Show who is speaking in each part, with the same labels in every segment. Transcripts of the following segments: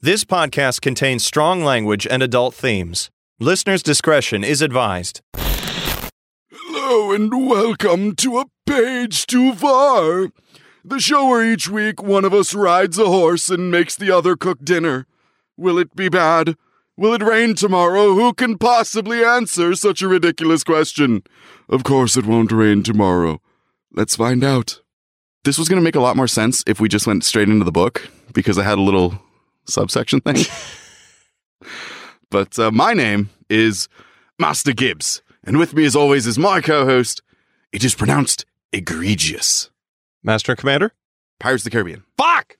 Speaker 1: This podcast contains strong language and adult themes. Listener's discretion is advised.
Speaker 2: Hello and welcome to A Page Too Far, the show where each week one of us rides a horse and makes the other cook dinner. Will it be bad? Will it rain tomorrow? Who can possibly answer such a ridiculous question? Of course, it won't rain tomorrow. Let's find out. This was going to make a lot more sense if we just went straight into the book because I had a little subsection thing. but uh, my name is Master Gibbs, and with me, as always, is my co host. It is pronounced egregious.
Speaker 1: Master and Commander?
Speaker 2: Pirates of the Caribbean.
Speaker 1: Fuck!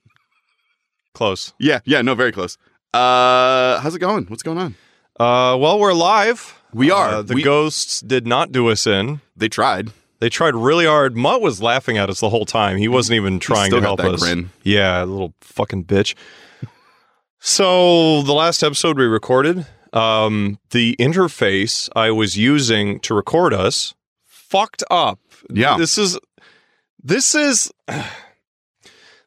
Speaker 1: Close.
Speaker 2: Yeah, yeah, no, very close. Uh, how's it going? What's going on?
Speaker 1: Uh, well, we're live.
Speaker 2: We are.
Speaker 1: Uh, the
Speaker 2: We-
Speaker 1: ghosts did not do us in.
Speaker 2: They tried.
Speaker 1: They tried really hard. Mutt was laughing at us the whole time. He wasn't even trying
Speaker 2: still
Speaker 1: to
Speaker 2: got
Speaker 1: help
Speaker 2: that
Speaker 1: us.
Speaker 2: grin.
Speaker 1: Yeah, little fucking bitch. So the last episode we recorded, um, the interface I was using to record us fucked up.
Speaker 2: Yeah.
Speaker 1: This is this is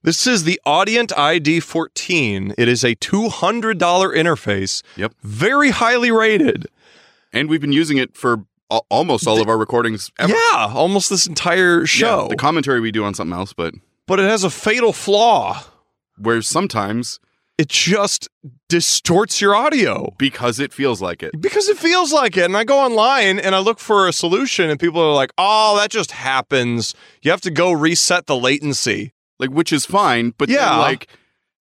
Speaker 1: this is the Audient ID 14. It is a $200 interface.
Speaker 2: Yep.
Speaker 1: Very highly rated.
Speaker 2: And we've been using it for al- almost all of our recordings ever.
Speaker 1: Yeah, almost this entire
Speaker 2: Yeah,
Speaker 1: show.
Speaker 2: the commentary we do on something else, but
Speaker 1: but it has a fatal flaw.
Speaker 2: where sometimes
Speaker 1: It just distorts your audio
Speaker 2: because it feels like it.
Speaker 1: because it feels like it. And I go online and I look for a solution, and people are like, "Oh, that just happens. You have to go reset the latency."
Speaker 2: like which is fine but yeah
Speaker 1: Yeah.
Speaker 2: like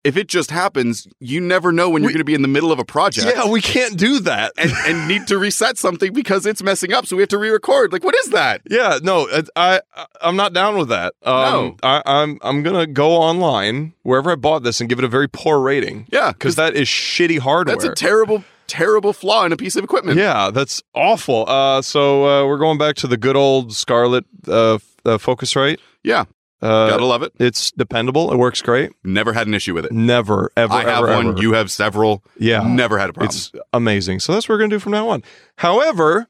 Speaker 2: if it just happens you never know when you're
Speaker 1: We-
Speaker 2: going to be in the middle of a project
Speaker 1: Yeah, we can't do that.
Speaker 2: and, and need to reset something because it's messing up so we have to re-record like what is that
Speaker 1: Yeah, no, uh, I, I I'm not down with that. Um,
Speaker 2: No.
Speaker 1: I, I'm I'm gonna go online wherever I bought this and give it a very poor rating
Speaker 2: yeah
Speaker 1: because that is shitty hardware.
Speaker 2: that's a terrible terrible flaw in a piece of equipment
Speaker 1: yeah, that's awful. Uh, so uh, we're going back to the good old Scarlet uh, f- uh, Focusrite.
Speaker 2: Yeah.
Speaker 1: uh,
Speaker 2: gotta love it
Speaker 1: it's dependable. It works great.
Speaker 2: never had an issue with it
Speaker 1: Never, ever,
Speaker 2: i have
Speaker 1: ever,
Speaker 2: one
Speaker 1: ever.
Speaker 2: you have several
Speaker 1: yeah,
Speaker 2: never had a problem
Speaker 1: it's amazing. So that's what we're gonna do from now on. However,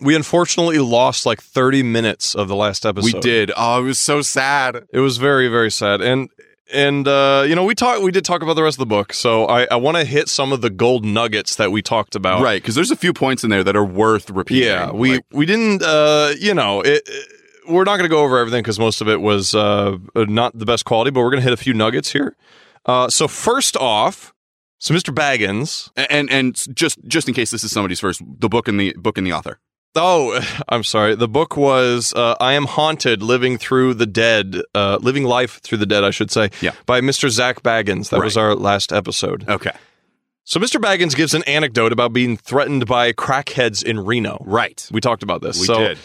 Speaker 1: we unfortunately lost like 30 minutes of the last
Speaker 2: we
Speaker 1: episode.
Speaker 2: did oh it was so sad
Speaker 1: It was very, very sad. And and uh, you know, we talked. We did talk about the rest of the book. So I, I want to hit some of the gold nuggets that we talked about.
Speaker 2: right because there's a few points in there that are worth repeating
Speaker 1: Oh. Yeah. We
Speaker 2: Like,
Speaker 1: we didn't. Uh, you know, it, it- we're not going to go over everything because most of it was uh, not the best quality. But we're going to hit a few nuggets here. Uh, so first off, so Mr. Baggins.
Speaker 2: and and just just in case this is somebody's first the book and the book and the author
Speaker 1: Oh, I'm sorry. The book was uh, "I Am Haunted: Living Through the Dead, uh, Living Life Through the Dead," I should say.
Speaker 2: Yeah.
Speaker 1: By Mr. Zach Baggins. That was our last episode.
Speaker 2: okay
Speaker 1: So Mr. Baggins gives an anecdote about being threatened by crackheads in Reno.
Speaker 2: right
Speaker 1: We talked about this.
Speaker 2: we
Speaker 1: so
Speaker 2: did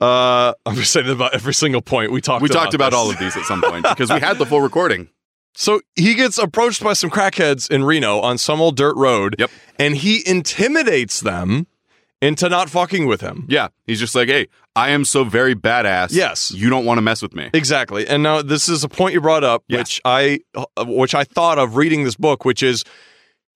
Speaker 1: uh I'm just saying about every single point we talked
Speaker 2: we talked about
Speaker 1: this.
Speaker 2: all of these at some point because we had the full recording.
Speaker 1: So he gets approached by some crackheads in Reno on some old dirt road.
Speaker 2: Yep.
Speaker 1: And he intimidates them into not fucking with him.
Speaker 2: Yeah. He's just like, hey, I am so very badass.
Speaker 1: Yes.
Speaker 2: You don't want to mess with me.
Speaker 1: Exactly. And now this is a point you brought up
Speaker 2: Yeah.
Speaker 1: which I uh, which I thought of reading this book which is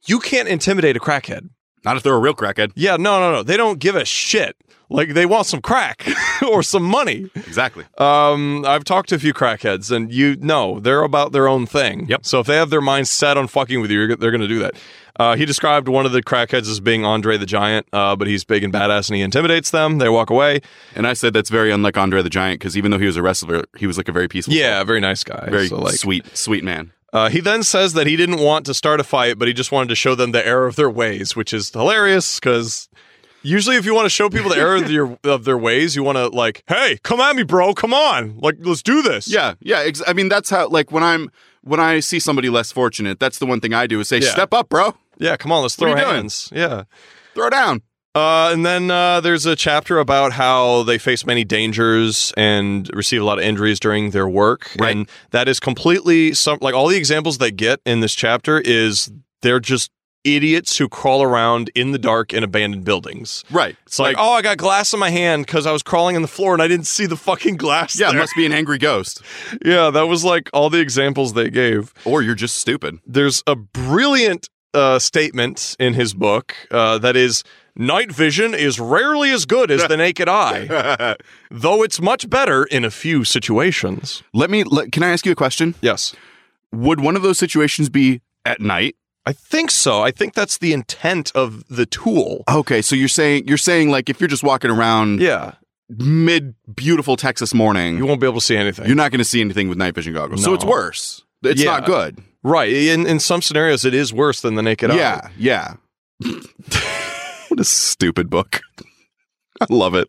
Speaker 1: you can't intimidate a crackhead.
Speaker 2: Not if they're a real crackhead.
Speaker 1: Yeah, no, no, no. They don't give a shit. Like they want some crack or some money.
Speaker 2: Exactly.
Speaker 1: Um, I've talked to a few crackheads, and you know they're about their own thing.
Speaker 2: Yep.
Speaker 1: So if they have their minds set on fucking with you, you're- they're going to do that. Uh, he described one of the crackheads as being Andre the Giant, uh, but he's big and badass, and he intimidates them. They walk away.
Speaker 2: And I said that's very unlike Andre the Giant because even though he was a wrestler, he was like a very peaceful,
Speaker 1: Yeah, very nice guy.
Speaker 2: very
Speaker 1: So, like,
Speaker 2: sweet, sweet man.
Speaker 1: Uh, he then says that he didn't want to start a fight, but he just wanted to show them the error of their ways, which is hilarious because usually if you want to show people the error of, your, of their ways, you want to like, hey, come at me, bro, come on, like let's do this.
Speaker 2: Yeah. Yeah. Ex- I mean, that's how, like, when I'm, when I see somebody less fortunate, that's the one thing I do is say,
Speaker 1: Yeah.
Speaker 2: step up, bro,
Speaker 1: yeah, come on, let's
Speaker 2: What are
Speaker 1: throw
Speaker 2: you doing?
Speaker 1: hands. Yeah.
Speaker 2: throw down.
Speaker 1: Uh, and then uh, there's a chapter about how they face many dangers and receive a lot of injuries during their work,
Speaker 2: Right.
Speaker 1: and that is completely some like all the examples they get in this chapter is they're just idiots who crawl around in the dark in abandoned buildings.
Speaker 2: Right.
Speaker 1: It's like, oh, I got glass in my hand because I was crawling on the floor and I didn't see the fucking glass.
Speaker 2: yeah,
Speaker 1: there."
Speaker 2: must be an angry ghost
Speaker 1: yeah, that was like all the examples they gave.
Speaker 2: or you're just stupid.
Speaker 1: There's a brilliant uh, statement in his book uh, that is, night vision is rarely as good as the naked eye,
Speaker 2: Let
Speaker 1: though it's much better in a few situations.
Speaker 2: me, let, can I ask you a question?
Speaker 1: Yes,
Speaker 2: Would one of those situations be at night?
Speaker 1: I think so. I think that's the intent of the tool.
Speaker 2: Okay, so you're saying you're saying like if you're just walking around
Speaker 1: Yeah.
Speaker 2: mid beautiful Texas morning,
Speaker 1: You won't be able to see anything.
Speaker 2: you're not going to see anything with night vision goggles. So
Speaker 1: No.
Speaker 2: it's worse. It's
Speaker 1: Yeah.
Speaker 2: not good.
Speaker 1: right. In in some scenarios it is worse than the naked eye.
Speaker 2: yeah, yeah. what a stupid book. I love it.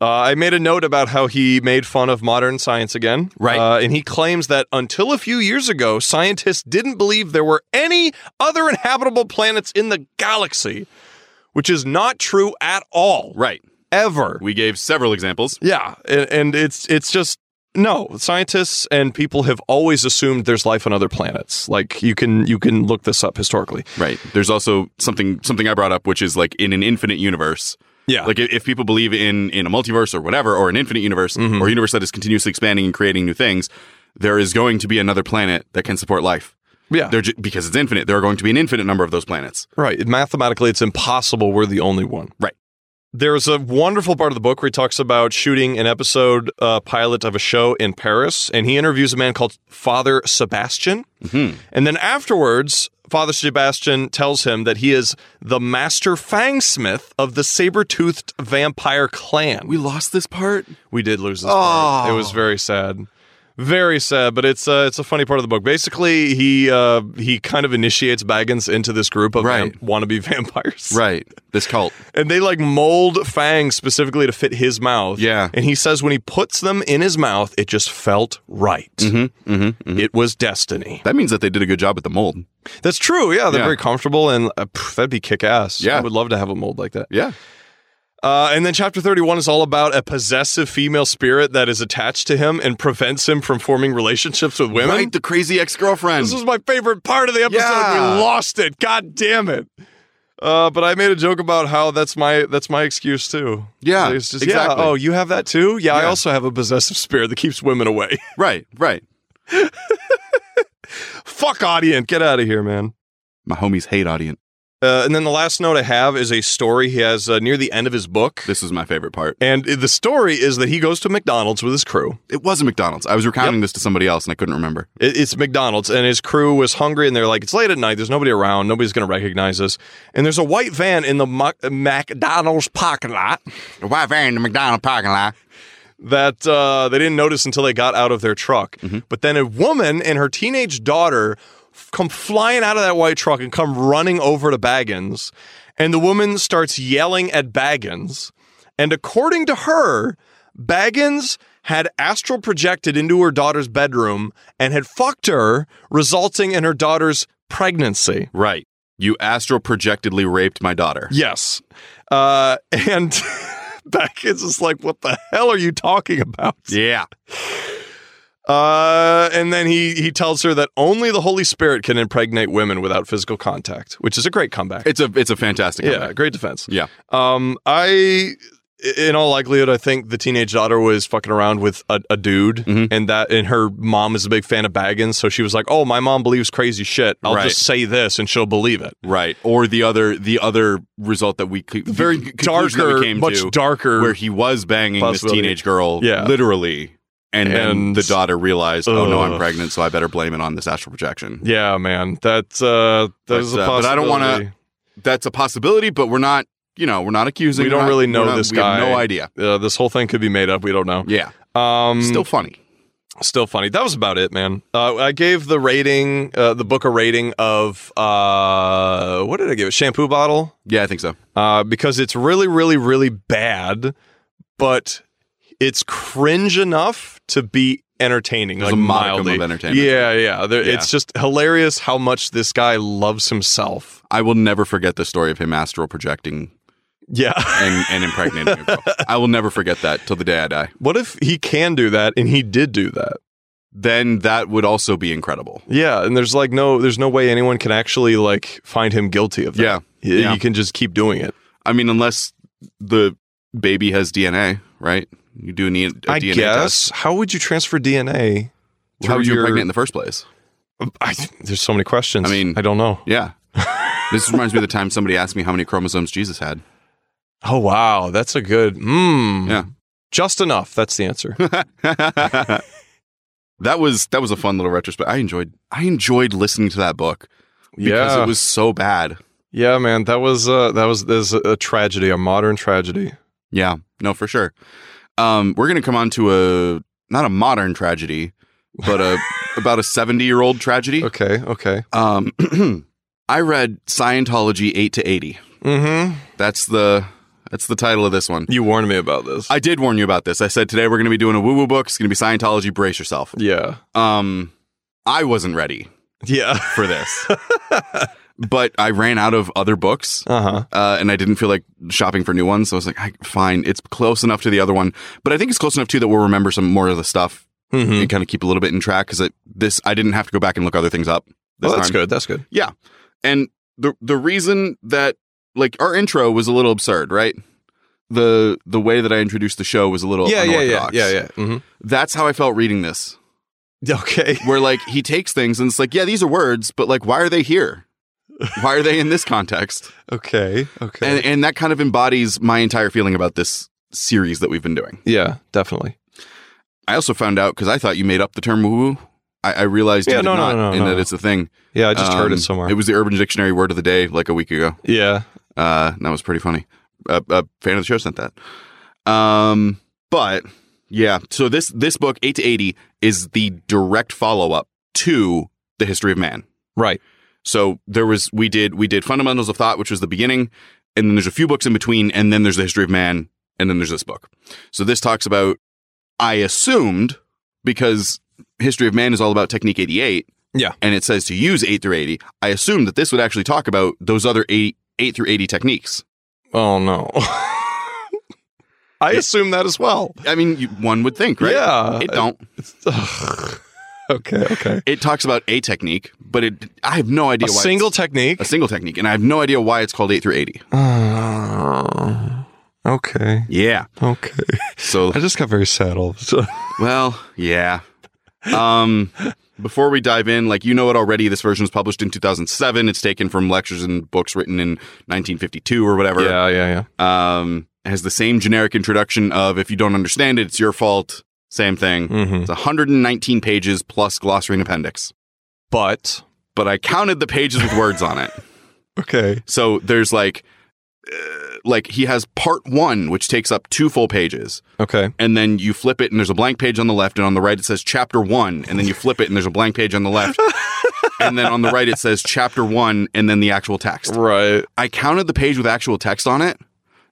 Speaker 1: Uh, I made a note about how he made fun of modern science again.
Speaker 2: Right.
Speaker 1: Uh, and he claims that until a few years ago, scientists didn't believe there were any other inhabitable planets in the galaxy, which is not true at all,
Speaker 2: Right.
Speaker 1: ever.
Speaker 2: We gave several examples.
Speaker 1: Yeah. And, and it's, it's just, no, scientists and people have always assumed there's life on other planets. Like you can you can look this up historically.
Speaker 2: Right. There's also something something I brought up which is like in an infinite universe.
Speaker 1: Yeah.
Speaker 2: Like i- if people believe in in a multiverse or whatever or an infinite universe
Speaker 1: Mhm.
Speaker 2: or a universe that is continuously expanding and creating new things, there is going to be another planet that can support life.
Speaker 1: yeah.
Speaker 2: They're ju- because it's infinite, there are going to be an infinite number of those planets.
Speaker 1: Right. Mathematically, it's impossible. We're the only one.
Speaker 2: Right.
Speaker 1: There's a wonderful part of the book where he talks about shooting an episode uh, pilot of a show in Paris, and he interviews a man called Father Sebastian.
Speaker 2: Mhm.
Speaker 1: And then afterwards, Father Sebastian tells him that he is the master fangsmith of the saber toothed vampire clan.
Speaker 2: We lost this part.
Speaker 1: We did lose this part.
Speaker 2: Oh.
Speaker 1: It was very sad. Very sad, but it's uh, it's a funny part of the book. Basically, he uh, he kind of initiates Baggins into this group of
Speaker 2: Right.
Speaker 1: vam- wannabe vampires,
Speaker 2: Right. This cult.
Speaker 1: and they like mold fangs specifically to fit his mouth.
Speaker 2: Yeah.
Speaker 1: and he says when he puts them in his mouth, it just felt right.
Speaker 2: Mm-hmm. Mm-hmm.
Speaker 1: It was destiny.
Speaker 2: That means that they did a good job with the mold.
Speaker 1: That's true. Yeah, they're
Speaker 2: Yeah.
Speaker 1: very comfortable, and uh, pff, that'd be kick ass.
Speaker 2: Yeah.
Speaker 1: I would love to have a mold like that.
Speaker 2: Yeah.
Speaker 1: Uh, and then chapter 31 is all about a possessive female spirit that is attached to him and prevents him from forming relationships with women.
Speaker 2: Right. The crazy ex girlfriend.
Speaker 1: This was my favorite part of the episode.
Speaker 2: Yeah.
Speaker 1: We lost it. God damn it. Uh, but I made a joke about how that's my that's my excuse too.
Speaker 2: Yeah,
Speaker 1: it's just
Speaker 2: exactly.
Speaker 1: yeah. Oh, you have that too? Yeah, I
Speaker 2: Yeah.
Speaker 1: also have a possessive spirit that keeps women away.
Speaker 2: Right. Right.
Speaker 1: Fuck audience, get out of here, man.
Speaker 2: My homies hate audience.
Speaker 1: Uh, and then the last note I have is a story he has uh, near the end of his book,
Speaker 2: This was my favorite part.
Speaker 1: and the story is that he goes to McDonald's with his crew.
Speaker 2: It was a McDonald's. I was recounting this to somebody else and I couldn't remember.
Speaker 1: It, it's McDonald's, and his crew was hungry, and they're like, "It's late at night. There's nobody around. Nobody's going to recognize us." And there's a white van in the Mac- McDonald's parking lot
Speaker 2: The white van in the McDonald parking lot.
Speaker 1: that uh, they didn't notice until they got out of their truck. But then a woman and her teenage daughter f- come flying out of that white truck and come running over to Baggins, and the woman starts yelling at Baggins, and according to her, Baggins. Had astral projected into her daughter's bedroom and had fucked her, resulting in her daughter's pregnancy.
Speaker 2: Right. You astral projectedly raped my daughter.
Speaker 1: Yes. Uh, and Baggins is like, What the hell are you talking about?
Speaker 2: Yeah.
Speaker 1: Uh, and then he he tells her that only the Holy Spirit can impregnate women without physical contact, which is a great comeback.
Speaker 2: It's a it's a fantastic
Speaker 1: yeah,
Speaker 2: comeback.
Speaker 1: great defense.
Speaker 2: Yeah.
Speaker 1: Um, I in all likelihood, I think the teenage daughter was fucking around with a, a dude,
Speaker 2: Mhm.
Speaker 1: and that and her mom is a big fan of Baggins, so she was like, "Oh, my mom believes crazy shit. I'll
Speaker 2: Right.
Speaker 1: just say this, and she'll believe it."
Speaker 2: Right. Or the other the other result that we could
Speaker 1: Very
Speaker 2: conclusion that
Speaker 1: darker,
Speaker 2: we came
Speaker 1: much
Speaker 2: to,
Speaker 1: darker.
Speaker 2: where he was banging this
Speaker 1: Possibility.
Speaker 2: teenage girl
Speaker 1: Yeah.
Speaker 2: literally and, then
Speaker 1: And-
Speaker 2: the daughter realized, "Oh no, I'm
Speaker 1: Ugh.
Speaker 2: pregnant, so I better blame it on this astral projection."
Speaker 1: yeah, man, that's uh,
Speaker 2: But,
Speaker 1: that's a
Speaker 2: uh, but I don't wanna-
Speaker 1: possibility.
Speaker 2: That's a possibility, but we're not, you know, we're not accusing.
Speaker 1: We don't
Speaker 2: we're not-
Speaker 1: really know
Speaker 2: we're not-
Speaker 1: this
Speaker 2: we have
Speaker 1: guy.
Speaker 2: no idea.
Speaker 1: Uh, this whole thing could be made up. We don't know.
Speaker 2: Yeah.
Speaker 1: Um,
Speaker 2: Still funny.
Speaker 1: still funny. That was about it, man. Uh, I gave the rating, uh, the book a rating of uh, what did I give it? Shampoo bottle,
Speaker 2: Yeah, I think so.
Speaker 1: uh, because it's really, really, really bad, but it's cringe enough to be entertaining,
Speaker 2: There's
Speaker 1: like
Speaker 2: a modicum
Speaker 1: mildly.
Speaker 2: of entertainment.
Speaker 1: Yeah, yeah. There,
Speaker 2: Yeah.
Speaker 1: It's just hilarious how much this guy loves himself.
Speaker 2: I will never forget the story of him astral projecting
Speaker 1: Yeah.
Speaker 2: and, and impregnating a girl. I will never forget that till the day I die.
Speaker 1: what if he can do that and he did do that?
Speaker 2: Then that would also be incredible.
Speaker 1: Yeah, and there's like no, there's no way anyone can actually like find him guilty of that.
Speaker 2: Yeah.
Speaker 1: Y-
Speaker 2: yeah.
Speaker 1: you can just keep doing it.
Speaker 2: I mean, unless the baby has DNA, right? You do need a
Speaker 1: I
Speaker 2: DNA test.
Speaker 1: guess. How would you transfer DNA?
Speaker 2: How
Speaker 1: through
Speaker 2: would you
Speaker 1: your-
Speaker 2: impregnate in the first place?
Speaker 1: I, there's so many questions.
Speaker 2: I mean-
Speaker 1: I don't know.
Speaker 2: Yeah. this reminds me of the time somebody asked me how many chromosomes Jesus had.
Speaker 1: Oh wow, that's a good. Mm,
Speaker 2: Yeah.
Speaker 1: just enough. That's the answer.
Speaker 2: that was that was a fun little retrospect. I enjoyed I enjoyed listening to that book. because
Speaker 1: Yeah.
Speaker 2: it was so bad.
Speaker 1: Yeah, man, that was uh, that was there's a tragedy, a modern tragedy.
Speaker 2: Yeah, no, for sure. Um, we're gonna come on to a not a modern tragedy, but a about a seventy year old tragedy.
Speaker 1: Okay, okay.
Speaker 2: Um, I read Scientology eight to eighty.
Speaker 1: Mm-hmm.
Speaker 2: That's the that's the title of this one.
Speaker 1: You warned me about this.
Speaker 2: I did warn you about this. I said today we're gonna be doing a woo woo book. It's gonna be Scientology. Brace yourself.
Speaker 1: yeah,
Speaker 2: Um, I wasn't ready
Speaker 1: yeah.
Speaker 2: for this, but I ran out of other books.
Speaker 1: Uh huh.
Speaker 2: uh, and I didn't feel like shopping for new ones. So I was like, I, fine, it's close enough to the other one, but I think it's close enough too that we'll remember some more of the stuff
Speaker 1: Mm-hmm.
Speaker 2: and kind of keep a little bit in track because this I didn't have to go back and look other things up. This
Speaker 1: Well, that's
Speaker 2: time.
Speaker 1: good. That's good.
Speaker 2: And the the reason that like our intro was a little absurd, right? The the way that I introduced the show was a little
Speaker 1: yeah, yeah, yeah,
Speaker 2: unorthodox.
Speaker 1: yeah, yeah. Mm-hmm.
Speaker 2: That's how I felt reading this,
Speaker 1: Okay.
Speaker 2: where like he takes things and it's like, yeah, these are words, but like, why are they here? Why are they in this context?
Speaker 1: Okay. Okay.
Speaker 2: And, and that kind of embodies my entire feeling about this series that we've been doing.
Speaker 1: yeah, definitely.
Speaker 2: I also found out because I thought you made up the term woo woo. I, I realized
Speaker 1: Yeah,
Speaker 2: you did
Speaker 1: no, no,
Speaker 2: not,
Speaker 1: no,
Speaker 2: and
Speaker 1: no.
Speaker 2: that it's a thing.
Speaker 1: Yeah, I just heard
Speaker 2: Um,
Speaker 1: it somewhere.
Speaker 2: It was the Urban Dictionary word of the day like a week ago.
Speaker 1: yeah.
Speaker 2: Uh, and that was pretty funny. A, a fan of the show sent that. Um, but yeah, so this this book eight to eighty is the direct follow up to the History of Man.
Speaker 1: Right.
Speaker 2: So there was we did we did Fundamentals of Thought, which was the beginning, and then there's a few books in between, and then there's the History of Man, and then there's this book. So this talks about I assumed because History of Man is all about Technique 88,
Speaker 1: Yeah.
Speaker 2: and it says to use eight through 80. I assumed that this would actually talk about those other eight eight through 80 techniques.
Speaker 1: Oh no. I
Speaker 2: It-
Speaker 1: assume that as well.
Speaker 2: I mean, you, one would think, right?
Speaker 1: Yeah.
Speaker 2: It don't.
Speaker 1: Ugh. okay. Okay.
Speaker 2: It talks about a technique, but it I have no idea
Speaker 1: A
Speaker 2: why it's-
Speaker 1: single technique.
Speaker 2: a single technique, and I have no idea why it's called eight through 80.
Speaker 1: Uh, okay.
Speaker 2: Yeah.
Speaker 1: Okay.
Speaker 2: So
Speaker 1: I just got very sad all of a sudden.
Speaker 2: Well, yeah. Um, before we dive in, like you know it already, this version was published in 2007. It's taken from lectures and books written in 1952 or whatever.
Speaker 1: Yeah. Yeah.
Speaker 2: Um, it has the same generic introduction of if you don't understand it, it's your fault. Same thing.
Speaker 1: Yeah. hmm
Speaker 2: It's 119 pages plus glossary and appendix.
Speaker 1: But
Speaker 2: But I counted the pages with words on it.
Speaker 1: okay.
Speaker 2: So there's like, uh, like he has part one, which takes up two full pages.
Speaker 1: Okay.
Speaker 2: and then you flip it and there's a blank page on the left and on the right it says chapter 1 and then you flip it and there's a blank page on the left and then on the right it says chapter 1 and then the actual text
Speaker 1: Right.
Speaker 2: i counted the page with actual text on it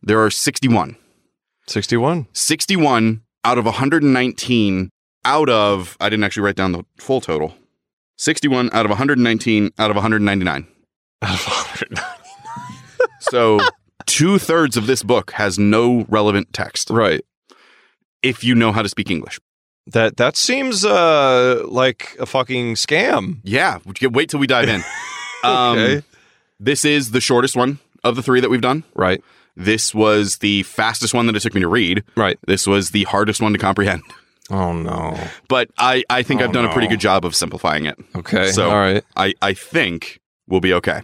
Speaker 2: there are 61
Speaker 1: 61.
Speaker 2: 61 out of 119 out of i didn't actually write down the full total 61 out of 119 out of 199 so two-thirds of this book has no relevant text
Speaker 1: right.
Speaker 2: if you know how to speak english
Speaker 1: That that seems uh like a fucking scam. Um,
Speaker 2: yeah wait till we dive in Um,
Speaker 1: Okay.
Speaker 2: This is the shortest one of the three that we've done.
Speaker 1: right.
Speaker 2: This was the fastest one that it took me to read.
Speaker 1: Right.
Speaker 2: This was the hardest one to comprehend.
Speaker 1: Oh no.
Speaker 2: But I, I think
Speaker 1: Oh,
Speaker 2: I've done a pretty
Speaker 1: no.
Speaker 2: good job of simplifying it.
Speaker 1: Okay.
Speaker 2: So-
Speaker 1: all right.
Speaker 2: I, I think we'll be okay.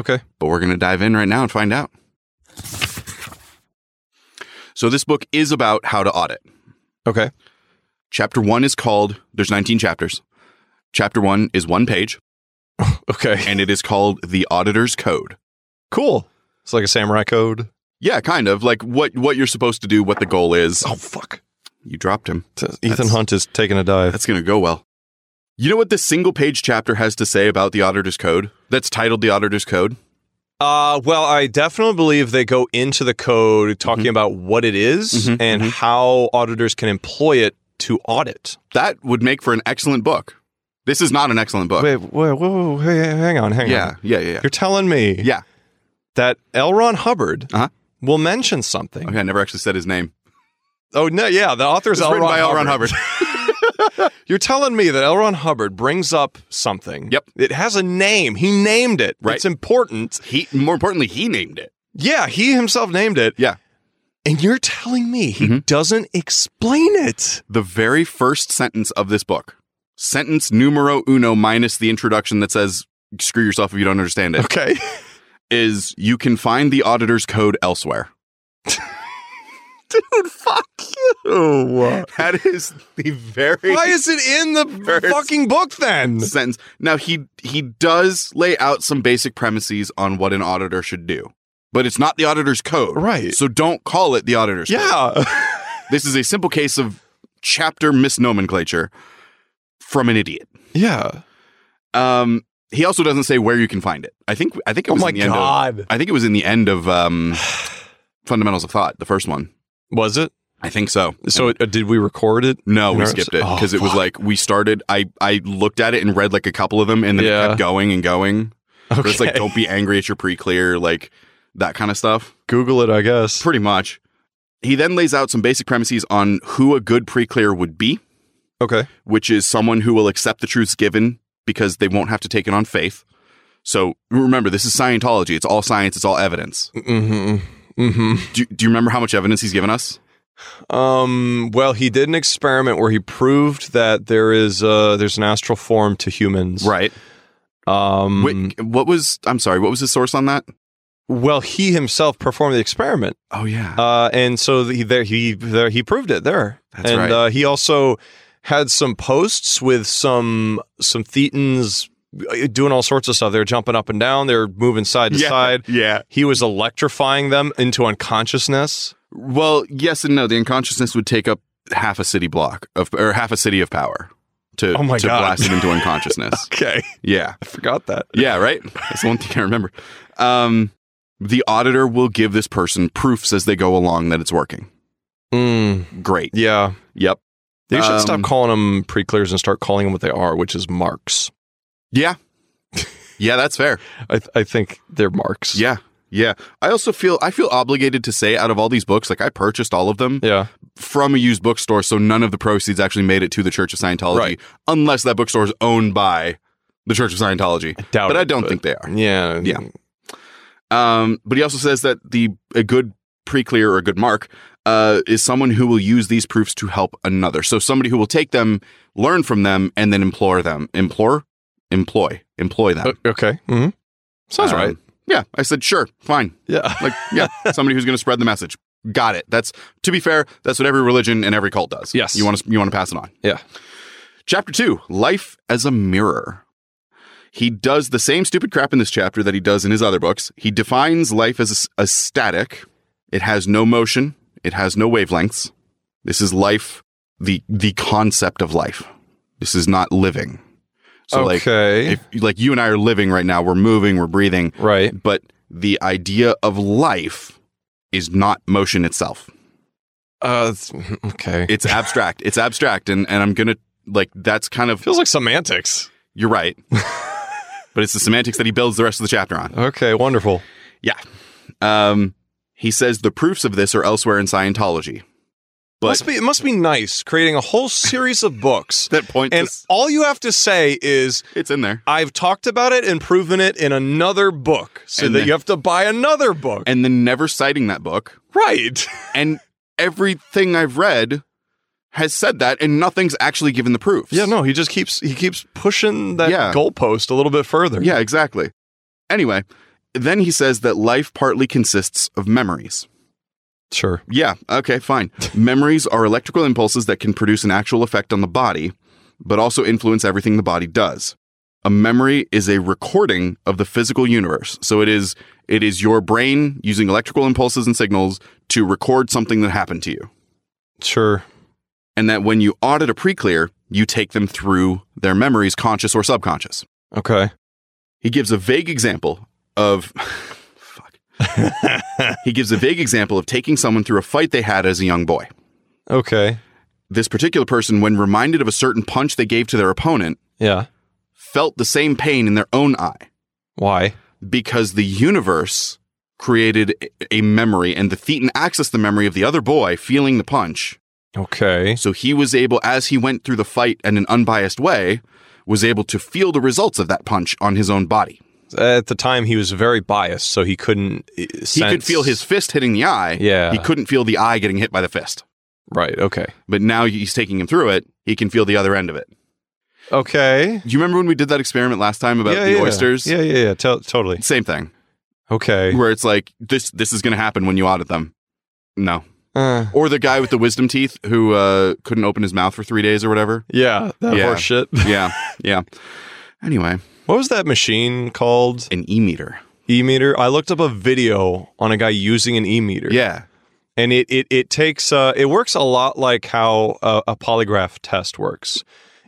Speaker 1: Okay.
Speaker 2: But we're going to dive in right now and find out. So, this book is about how to audit.
Speaker 1: Okay.
Speaker 2: Chapter one is called, there's 19 chapters. Chapter one is one page,
Speaker 1: Okay.
Speaker 2: and it is called The Auditor's Code.
Speaker 1: Cool. It's like a samurai code.
Speaker 2: Yeah, kind of like what, what you're supposed to do, what the goal is.
Speaker 1: Oh fuck.
Speaker 2: You dropped him.
Speaker 1: Ethan Hunt is taking a dive.
Speaker 2: That's going to go well. You know what this single page chapter has to say about the auditor's code? That's titled the auditor's code.
Speaker 1: Uh, well, I definitely believe they go into the code talking about what it is
Speaker 2: Mhm,
Speaker 1: and
Speaker 2: mhm.
Speaker 1: how auditors can employ it to audit.
Speaker 2: That would make for an excellent book. This is not an excellent book.
Speaker 1: Wait, wait, wait, wait, wait, hang on, hang
Speaker 2: yeah,
Speaker 1: on.
Speaker 2: yeah, yeah,
Speaker 1: You're telling me
Speaker 2: yeah.
Speaker 1: that L. Ron Hubbard
Speaker 2: Uh-huh.
Speaker 1: will mention something.
Speaker 2: Yeah. Okay, I never actually said his name.
Speaker 1: Oh, no, yeah, the author
Speaker 2: It
Speaker 1: is
Speaker 2: was
Speaker 1: L.
Speaker 2: written
Speaker 1: Ron,
Speaker 2: by L. Ron Hubbard.
Speaker 1: You're telling me that L. Ron Hubbard brings up something.
Speaker 2: Yep.
Speaker 1: It has a name. He named it.
Speaker 2: Right.
Speaker 1: It's important.
Speaker 2: he, more importantly, he named it.
Speaker 1: Yeah, he himself named it.
Speaker 2: Yeah.
Speaker 1: And you're telling me he
Speaker 2: Mhm.
Speaker 1: doesn't explain it.
Speaker 2: The very first sentence of this book, sentence numero uno minus the introduction that says "screw yourself if you don't understand it,"
Speaker 1: Okay.
Speaker 2: is you can find the auditor's code elsewhere.
Speaker 1: Dude, fuck you.
Speaker 3: Oh,
Speaker 2: That is the very
Speaker 1: Why is it in the
Speaker 2: First.
Speaker 1: fucking book then?
Speaker 2: sentence. Now he he does lay out some basic premises on what an auditor should do, but it's not the auditor's code,
Speaker 1: Right.
Speaker 2: So don't call it the auditor's. code.
Speaker 1: Yeah.
Speaker 2: this is a simple case of chapter misnomenclature from an idiot.
Speaker 1: yeah.
Speaker 2: Um, he also doesn't say where you can find it. I think I think it
Speaker 1: Oh
Speaker 2: was
Speaker 1: my
Speaker 2: in the end. Of,
Speaker 1: god.
Speaker 2: I think it was in the end of um, Fundamentals of Thought, the first one.
Speaker 1: Was it?
Speaker 2: I think so.
Speaker 1: So uh, did we record it?
Speaker 2: No, we
Speaker 1: Nerves.
Speaker 2: skipped it
Speaker 1: Oh,
Speaker 2: because it was
Speaker 1: fuck.
Speaker 2: like we started. I I looked at it and read like a couple of them, and then
Speaker 1: Yeah.
Speaker 2: it kept going and going.
Speaker 1: Okay.
Speaker 2: But It's like don't be angry at your pre-clear, like that kind of stuff.
Speaker 1: Google it, I guess.
Speaker 2: Pretty much. He then lays out some basic premises on who a good pre-clear would be,
Speaker 1: Okay.
Speaker 2: which is someone who will accept the truths given because they won't have to take it on faith. So remember, this is Scientology. It's all science. It's all evidence.
Speaker 1: Mm-hmm. Mm-hmm.
Speaker 2: Do, do you remember how much evidence he's given us?
Speaker 1: Um. Well, he did an experiment where he proved that there is uh there's an astral form to humans.
Speaker 2: Right.
Speaker 1: Um.
Speaker 2: Wait, what was? I'm sorry. What was his source on that?
Speaker 1: Well, he himself performed the experiment,
Speaker 2: Oh yeah.
Speaker 1: uh, and so the, there he there he proved it there.
Speaker 2: That's
Speaker 1: and
Speaker 2: right.
Speaker 1: uh, he also had some posts with some some thetans uh, doing all sorts of stuff. They're jumping up and down. They're moving side to
Speaker 2: yeah.
Speaker 1: side.
Speaker 2: Yeah.
Speaker 1: He was electrifying them into unconsciousness.
Speaker 2: Well, yes and no. The unconsciousness would take up half a city block of or half a city of power to
Speaker 1: Oh my
Speaker 2: to
Speaker 1: God.
Speaker 2: blast it into unconsciousness.
Speaker 1: Okay,
Speaker 2: yeah.
Speaker 1: I forgot that.
Speaker 2: Yeah, right? That's the one thing I remember. Um the auditor will give this person proofs as they go along that it's working.
Speaker 1: Mm,
Speaker 2: Great.
Speaker 1: yeah,
Speaker 2: Yep.
Speaker 1: they should
Speaker 2: Um,
Speaker 1: stop calling them pre-clears and start calling them what they are, which is marks.
Speaker 2: Yeah. Yeah, that's fair.
Speaker 1: I, th- I think they're marks.
Speaker 2: Yeah. Yeah. I also feel I feel obligated to say out of all these books, like I purchased all of them
Speaker 1: yeah.
Speaker 2: from a used bookstore, so none of the proceeds actually made it to the Church of Scientology
Speaker 1: Right.
Speaker 2: unless that bookstore is owned by the Church of Scientology.
Speaker 1: Doubt
Speaker 2: but
Speaker 1: it,
Speaker 2: I don't think they are.
Speaker 1: Yeah.
Speaker 2: Yeah. Um, but he also says that the a good pre-clear or a good mark uh, is someone who will use these proofs to help another. So somebody who will take them, learn from them, and then implore them, implore, employ, employ them.
Speaker 1: O- okay. hmm Sounds
Speaker 2: Um,
Speaker 1: right.
Speaker 2: Yeah, I said sure, fine.
Speaker 1: Yeah.
Speaker 2: Like yeah, somebody who's going to spread the message. Got it. That's to be fair. That's what every religion and every cult does.
Speaker 1: Yes.
Speaker 2: you want to you want to pass it on.
Speaker 1: Yeah.
Speaker 2: Chapter two: Life as a mirror. He does the same stupid crap in this chapter that he does in his other books. He defines life as a s- a, static. It has no motion. It has no wavelengths. This is life. the The concept of life. This is not living. So like
Speaker 1: okay.
Speaker 2: if like you and I are living right now, we're moving, we're breathing
Speaker 1: right.
Speaker 2: but the idea of life is not motion itself.
Speaker 1: Uh, th- okay.
Speaker 2: It's abstract. it's abstract, and and I'm gonna like that's kind of
Speaker 1: feels like semantics.
Speaker 2: you're right, but it's the semantics that he builds the rest of the chapter on.
Speaker 1: Okay. Wonderful.
Speaker 2: Um, he says the proofs of this are elsewhere in Scientology, but
Speaker 1: must be it must be nice creating a whole series of books,
Speaker 2: that point
Speaker 1: and
Speaker 2: is-
Speaker 1: all you have to say is.
Speaker 2: it's in there.
Speaker 1: I've talked about it and proven it in another book, so
Speaker 2: And
Speaker 1: that
Speaker 2: then-
Speaker 1: you have to buy another book.
Speaker 2: And then never citing that book,
Speaker 1: right.
Speaker 2: and everything I've read has said that, and nothing's actually given the proofs.
Speaker 1: Yeah, no, he just keeps he keeps pushing that
Speaker 2: Yeah.
Speaker 1: goalpost a little bit further.
Speaker 2: Yeah, exactly. Anyway, then he says that life partly consists of memories.
Speaker 1: sure.
Speaker 2: Yeah, okay, fine. memories are electrical impulses that can produce an actual effect on the body, but also influence everything the body does. A memory is a recording of the physical universe. So it is it is your brain using electrical impulses and signals to record something that happened to you.
Speaker 1: Sure.
Speaker 2: And that when you audit a pre-clear, you take them through their memories, conscious or subconscious.
Speaker 1: Okay.
Speaker 2: He gives a vague example of fuck. he gives a vague example of taking someone through a fight they had as a young boy.
Speaker 1: Okay.
Speaker 2: This particular person, when reminded of a certain punch they gave to their opponent,
Speaker 1: Yeah.
Speaker 2: felt the same pain in their own eye
Speaker 1: Why?
Speaker 2: because the universe created a- a memory and the thetan accessed the memory of the other boy feeling the punch.
Speaker 1: Okay.
Speaker 2: So he was able, as he went through the fight in an unbiased way, was able to feel the results of that punch on his own body.
Speaker 1: At the time, he was very biased, so he couldn't. He
Speaker 2: He could feel his fist hitting the eye.
Speaker 1: Yeah.
Speaker 2: He couldn't feel the eye getting hit by the fist.
Speaker 1: right. Okay.
Speaker 2: But now he's taking him through it. He can feel the other end of it.
Speaker 1: Okay.
Speaker 2: Do you remember when we did that experiment last time about the oysters?
Speaker 1: Yeah. Yeah. Yeah. To- totally.
Speaker 2: Same thing.
Speaker 1: Okay.
Speaker 2: Where it's like this this is going to happen when you audit them. No.
Speaker 1: Uh,
Speaker 2: Or the guy with the wisdom teeth who uh, couldn't open his mouth for three days or whatever.
Speaker 1: yeah, that
Speaker 2: Yeah.
Speaker 1: horse shit.
Speaker 2: Yeah, yeah. Anyway,
Speaker 1: What was that machine called?
Speaker 2: an e meter.
Speaker 1: E meter. I looked up a video on a guy using an e meter.
Speaker 2: Yeah,
Speaker 1: and it it it takes uh, it works a lot like how a, a polygraph test works.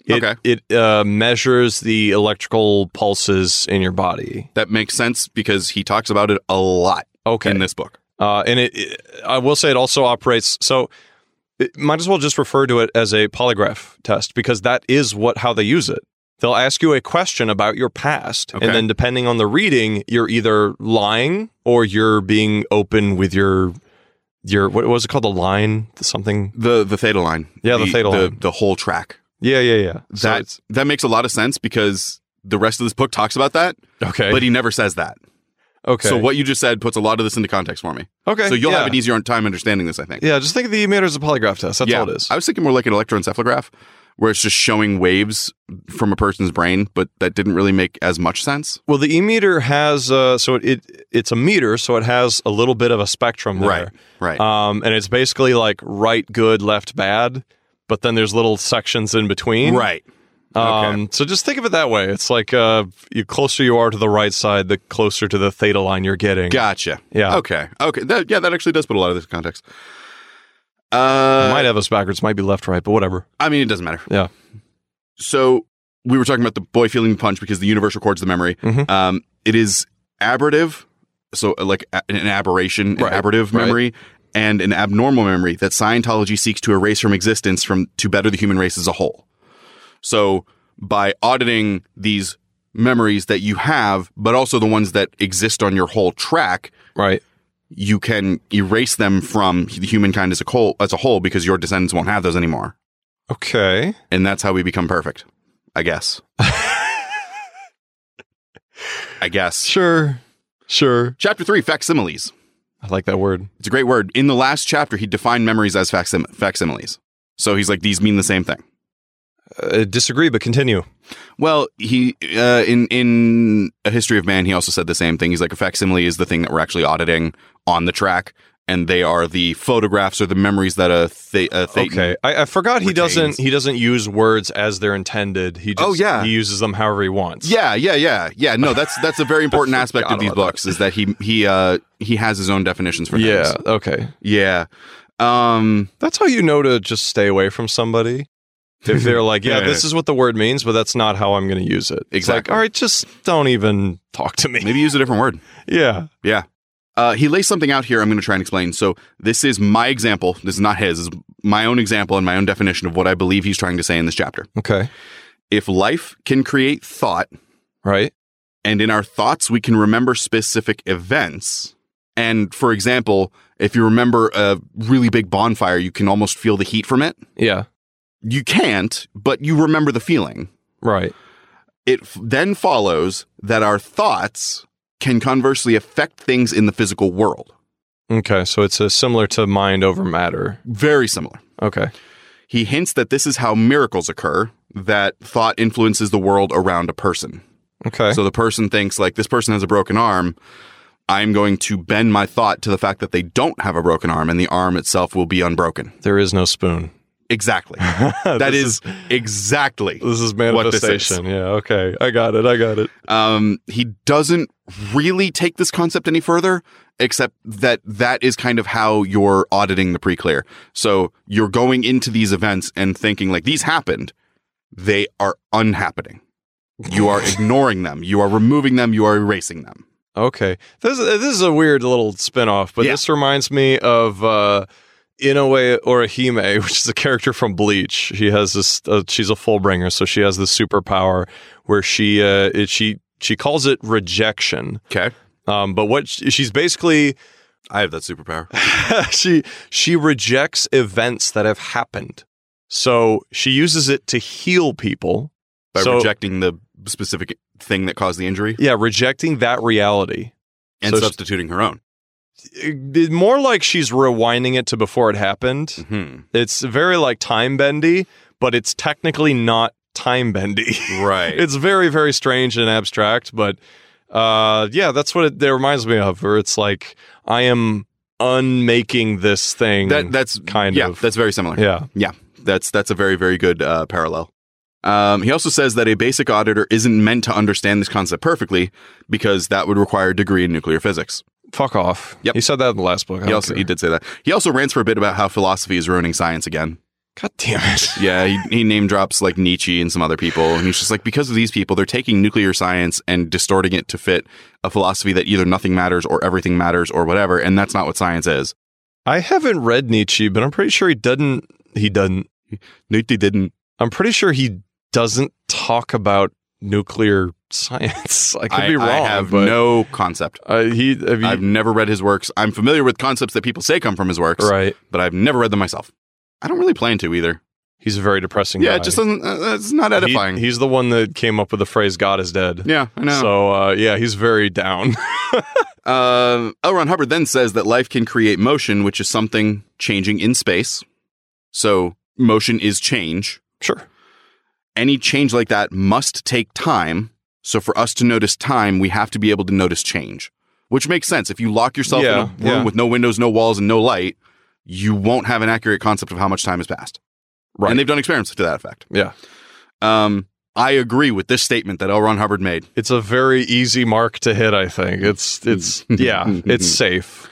Speaker 1: It,
Speaker 2: Okay.
Speaker 1: It uh, measures the electrical pulses in your body.
Speaker 2: that makes sense because he talks about it a lot
Speaker 1: Okay.
Speaker 2: in this book.
Speaker 1: Uh, and it, it, I will say, it also operates. So, it, might as well just refer to it as a polygraph test because that is what how they use it. They'll ask you a question about your past,
Speaker 2: Okay.
Speaker 1: and then depending on the reading, you're either lying or you're being open with your your what was it called? The line, something.
Speaker 2: The the theta line.
Speaker 1: Yeah, the theta
Speaker 2: the,
Speaker 1: line.
Speaker 2: The whole track.
Speaker 1: Yeah, yeah, yeah. So
Speaker 2: That
Speaker 1: it's-
Speaker 2: that makes a lot of sense because the rest of this book talks about that,
Speaker 1: okay,
Speaker 2: but he never says that.
Speaker 1: okay.
Speaker 2: So what you just said puts a lot of this into context for me.
Speaker 1: Okay,
Speaker 2: So you'll
Speaker 1: yeah.
Speaker 2: have an easier time understanding this, I think.
Speaker 1: Yeah, just think of the emitter as a polygraph test. That's all it is.
Speaker 2: I was thinking more like an electroencephalograph, where it's just showing waves from a person's brain, but that didn't really make as much sense.
Speaker 1: Well, the e-meter has uh, so it, it it's a meter, so it has a little bit of a spectrum there.
Speaker 2: Right.
Speaker 1: Um, and it's basically like right good, left bad, but then there's little sections in between.
Speaker 2: right.
Speaker 1: Um, So just think of it that way. It's like uh, you closer you are to the right side, the closer to the theta line you're getting.
Speaker 2: Gotcha.
Speaker 1: Yeah.
Speaker 2: Okay. Okay. That, yeah, that actually does put a lot of this in context. Uh,
Speaker 1: might have us backwards, might be left right, but whatever.
Speaker 2: I mean, it doesn't matter.
Speaker 1: Yeah.
Speaker 2: So we were talking about the boy feeling the punch because the universe records the memory.
Speaker 1: Mhm.
Speaker 2: Um, it is aberrative, so uh, like a- an aberration,
Speaker 1: Right.
Speaker 2: an aberrative
Speaker 1: Right.
Speaker 2: memory, and an abnormal memory that Scientology seeks to erase from existence from to better the human race as a whole. So by auditing these memories that you have, but also the ones that exist on your whole track,
Speaker 1: Right.
Speaker 2: you can erase them from the humankind as a whole, as a whole because your descendants won't have those anymore
Speaker 1: Okay.
Speaker 2: and that's how we become perfect. I guess. I guess.
Speaker 1: Sure. Sure.
Speaker 2: Chapter three, facsimiles.
Speaker 1: I like that word.
Speaker 2: It's a great word. In the last chapter, he defined memories as facsim- facsimiles. So he's like, these mean the same thing.
Speaker 1: Uh, disagree, but continue.
Speaker 2: Well, he uh, in in a history of man, he also said the same thing. He's like, a facsimile is the thing that we're actually auditing on the track, and they are the photographs or the memories that a, th- a thetan-
Speaker 1: Okay, I, I forgot he
Speaker 2: retains.
Speaker 1: doesn't he doesn't use words as they're intended. He just,
Speaker 2: Oh, yeah.
Speaker 1: he uses them however he wants.
Speaker 2: Yeah, yeah, yeah, yeah. No, that's that's a very important aspect of
Speaker 1: Forgot
Speaker 2: these
Speaker 1: about that.
Speaker 2: books is that he he uh he has his own definitions for things.
Speaker 1: yeah. Okay,
Speaker 2: Yeah. Um
Speaker 1: That's how you know to just stay away from somebody. If they're like, yeah,
Speaker 2: Yeah.
Speaker 1: this is what the word means, but that's not how I'm going to use it. It's like,
Speaker 2: Exactly.
Speaker 1: all right, just don't even talk to me.
Speaker 2: maybe use a different word.
Speaker 1: Yeah.
Speaker 2: Uh he lays something out here I'm going to try and explain. So this is my example. This is not his. This is my own example and my own definition of what I believe he's trying to say in this chapter.
Speaker 1: Okay.
Speaker 2: If life can create thought
Speaker 1: Right.
Speaker 2: and in our thoughts we can remember specific events and for example, if you remember a really big bonfire, you can almost feel the heat from it.
Speaker 1: Yeah.
Speaker 2: You can't, but you remember the feeling.
Speaker 1: Right.
Speaker 2: it f- then follows that our thoughts can conversely affect things in the physical world.
Speaker 1: Okay. So it's uh similar to mind over matter.
Speaker 2: Very similar.
Speaker 1: Okay.
Speaker 2: He hints that this is how miracles occur, that thought influences the world around a person.
Speaker 1: Okay.
Speaker 2: So the person thinks, like, this person has a broken arm. I'm going to bend my thought to the fact that they don't have a broken arm and the arm itself will be unbroken.
Speaker 1: there is no spoon.
Speaker 2: Exactly. that
Speaker 1: This
Speaker 2: is, exactly.
Speaker 1: This is
Speaker 2: what this is.
Speaker 1: manifestation. Yeah. Okay. I got it. I got it.
Speaker 2: Um, he doesn't really take this concept any further, except that that is kind of how you're auditing the pre-clear. So you're going into these events and thinking like these happened. They are unhappening. You are ignoring them. You are removing them. You are erasing them.
Speaker 1: Okay. This uh, this is a weird little spin-off, but
Speaker 2: Yeah.
Speaker 1: this reminds me of uh Inoue Orihime, which is a character from Bleach. She has this uh, she's a fullbringer, so she has this superpower where she uh it, she she calls it rejection.
Speaker 2: Okay.
Speaker 1: Um but what sh- she's basically
Speaker 2: I have that superpower.
Speaker 1: she she rejects events that have happened. So she uses it to heal people
Speaker 2: By
Speaker 1: So-
Speaker 2: rejecting the specific thing that caused the injury
Speaker 1: Yeah, rejecting that reality.
Speaker 2: and
Speaker 1: So she-
Speaker 2: substituting her own.
Speaker 1: It- more like she's rewinding it to before it happened.
Speaker 2: Mhm.
Speaker 1: It's very like time bendy, but it's technically not time bendy.
Speaker 2: Right.
Speaker 1: it's very very strange and abstract, but uh yeah, that's what it, it reminds me of. Where it's like I am unmaking this thing.
Speaker 2: That that's
Speaker 1: kind
Speaker 2: yeah,
Speaker 1: of.
Speaker 2: that's very similar.
Speaker 1: yeah.
Speaker 2: That's that's a very very good uh, parallel. Um, he also says that a basic auditor isn't meant to understand this concept perfectly because that would require a degree in nuclear physics.
Speaker 1: Fuck off.
Speaker 2: Yep.
Speaker 1: He said that in the last book. I
Speaker 2: He
Speaker 1: don't
Speaker 2: also
Speaker 1: care.
Speaker 2: he did say that. He also rants for a bit about how philosophy is ruining science again.
Speaker 1: God damn it.
Speaker 2: Yeah, he, he name drops like Nietzsche and some other people, and he's just like because of these people, they're taking nuclear science and distorting it to fit a philosophy that either nothing matters or everything matters or whatever, and that's not what science is.
Speaker 1: I haven't read Nietzsche, but I'm pretty sure he doesn't. He doesn't.
Speaker 2: Nietzsche didn't.
Speaker 1: I'm pretty sure he doesn't talk about nuclear science. I could
Speaker 2: I,
Speaker 1: be wrong.
Speaker 2: I have
Speaker 1: but,
Speaker 2: no concept.
Speaker 1: Uh, he. Have you,
Speaker 2: I've never read his works. I'm familiar with concepts that people say come from his works,
Speaker 1: right.
Speaker 2: but I've never read them myself. I don't really plan to either.
Speaker 1: He's a very depressing.
Speaker 2: Yeah,
Speaker 1: guy.
Speaker 2: it just doesn't. Uh, it's not
Speaker 1: He-
Speaker 2: edifying.
Speaker 1: he's the one that came up with the phrase "God is dead."
Speaker 2: yeah, I know.
Speaker 1: So uh, yeah, he's very down.
Speaker 2: Uh, L. Ron Hubbard then says that life can create motion, which is something changing in space. So motion is change.
Speaker 1: sure.
Speaker 2: Any change like that must take time. So for us to notice time, we have to be able to notice change, which makes sense. If you lock yourself in
Speaker 1: Yeah,
Speaker 2: a room
Speaker 1: yeah.
Speaker 2: with no windows, no walls, and no light, you won't have an accurate concept of how much time has passed.
Speaker 1: Right.
Speaker 2: And they've done experiments to that effect.
Speaker 1: Yeah.
Speaker 2: Um, I agree with this statement that L. Ron Hubbard made.
Speaker 1: It's a very easy mark to hit. I think it's it's yeah it's safe.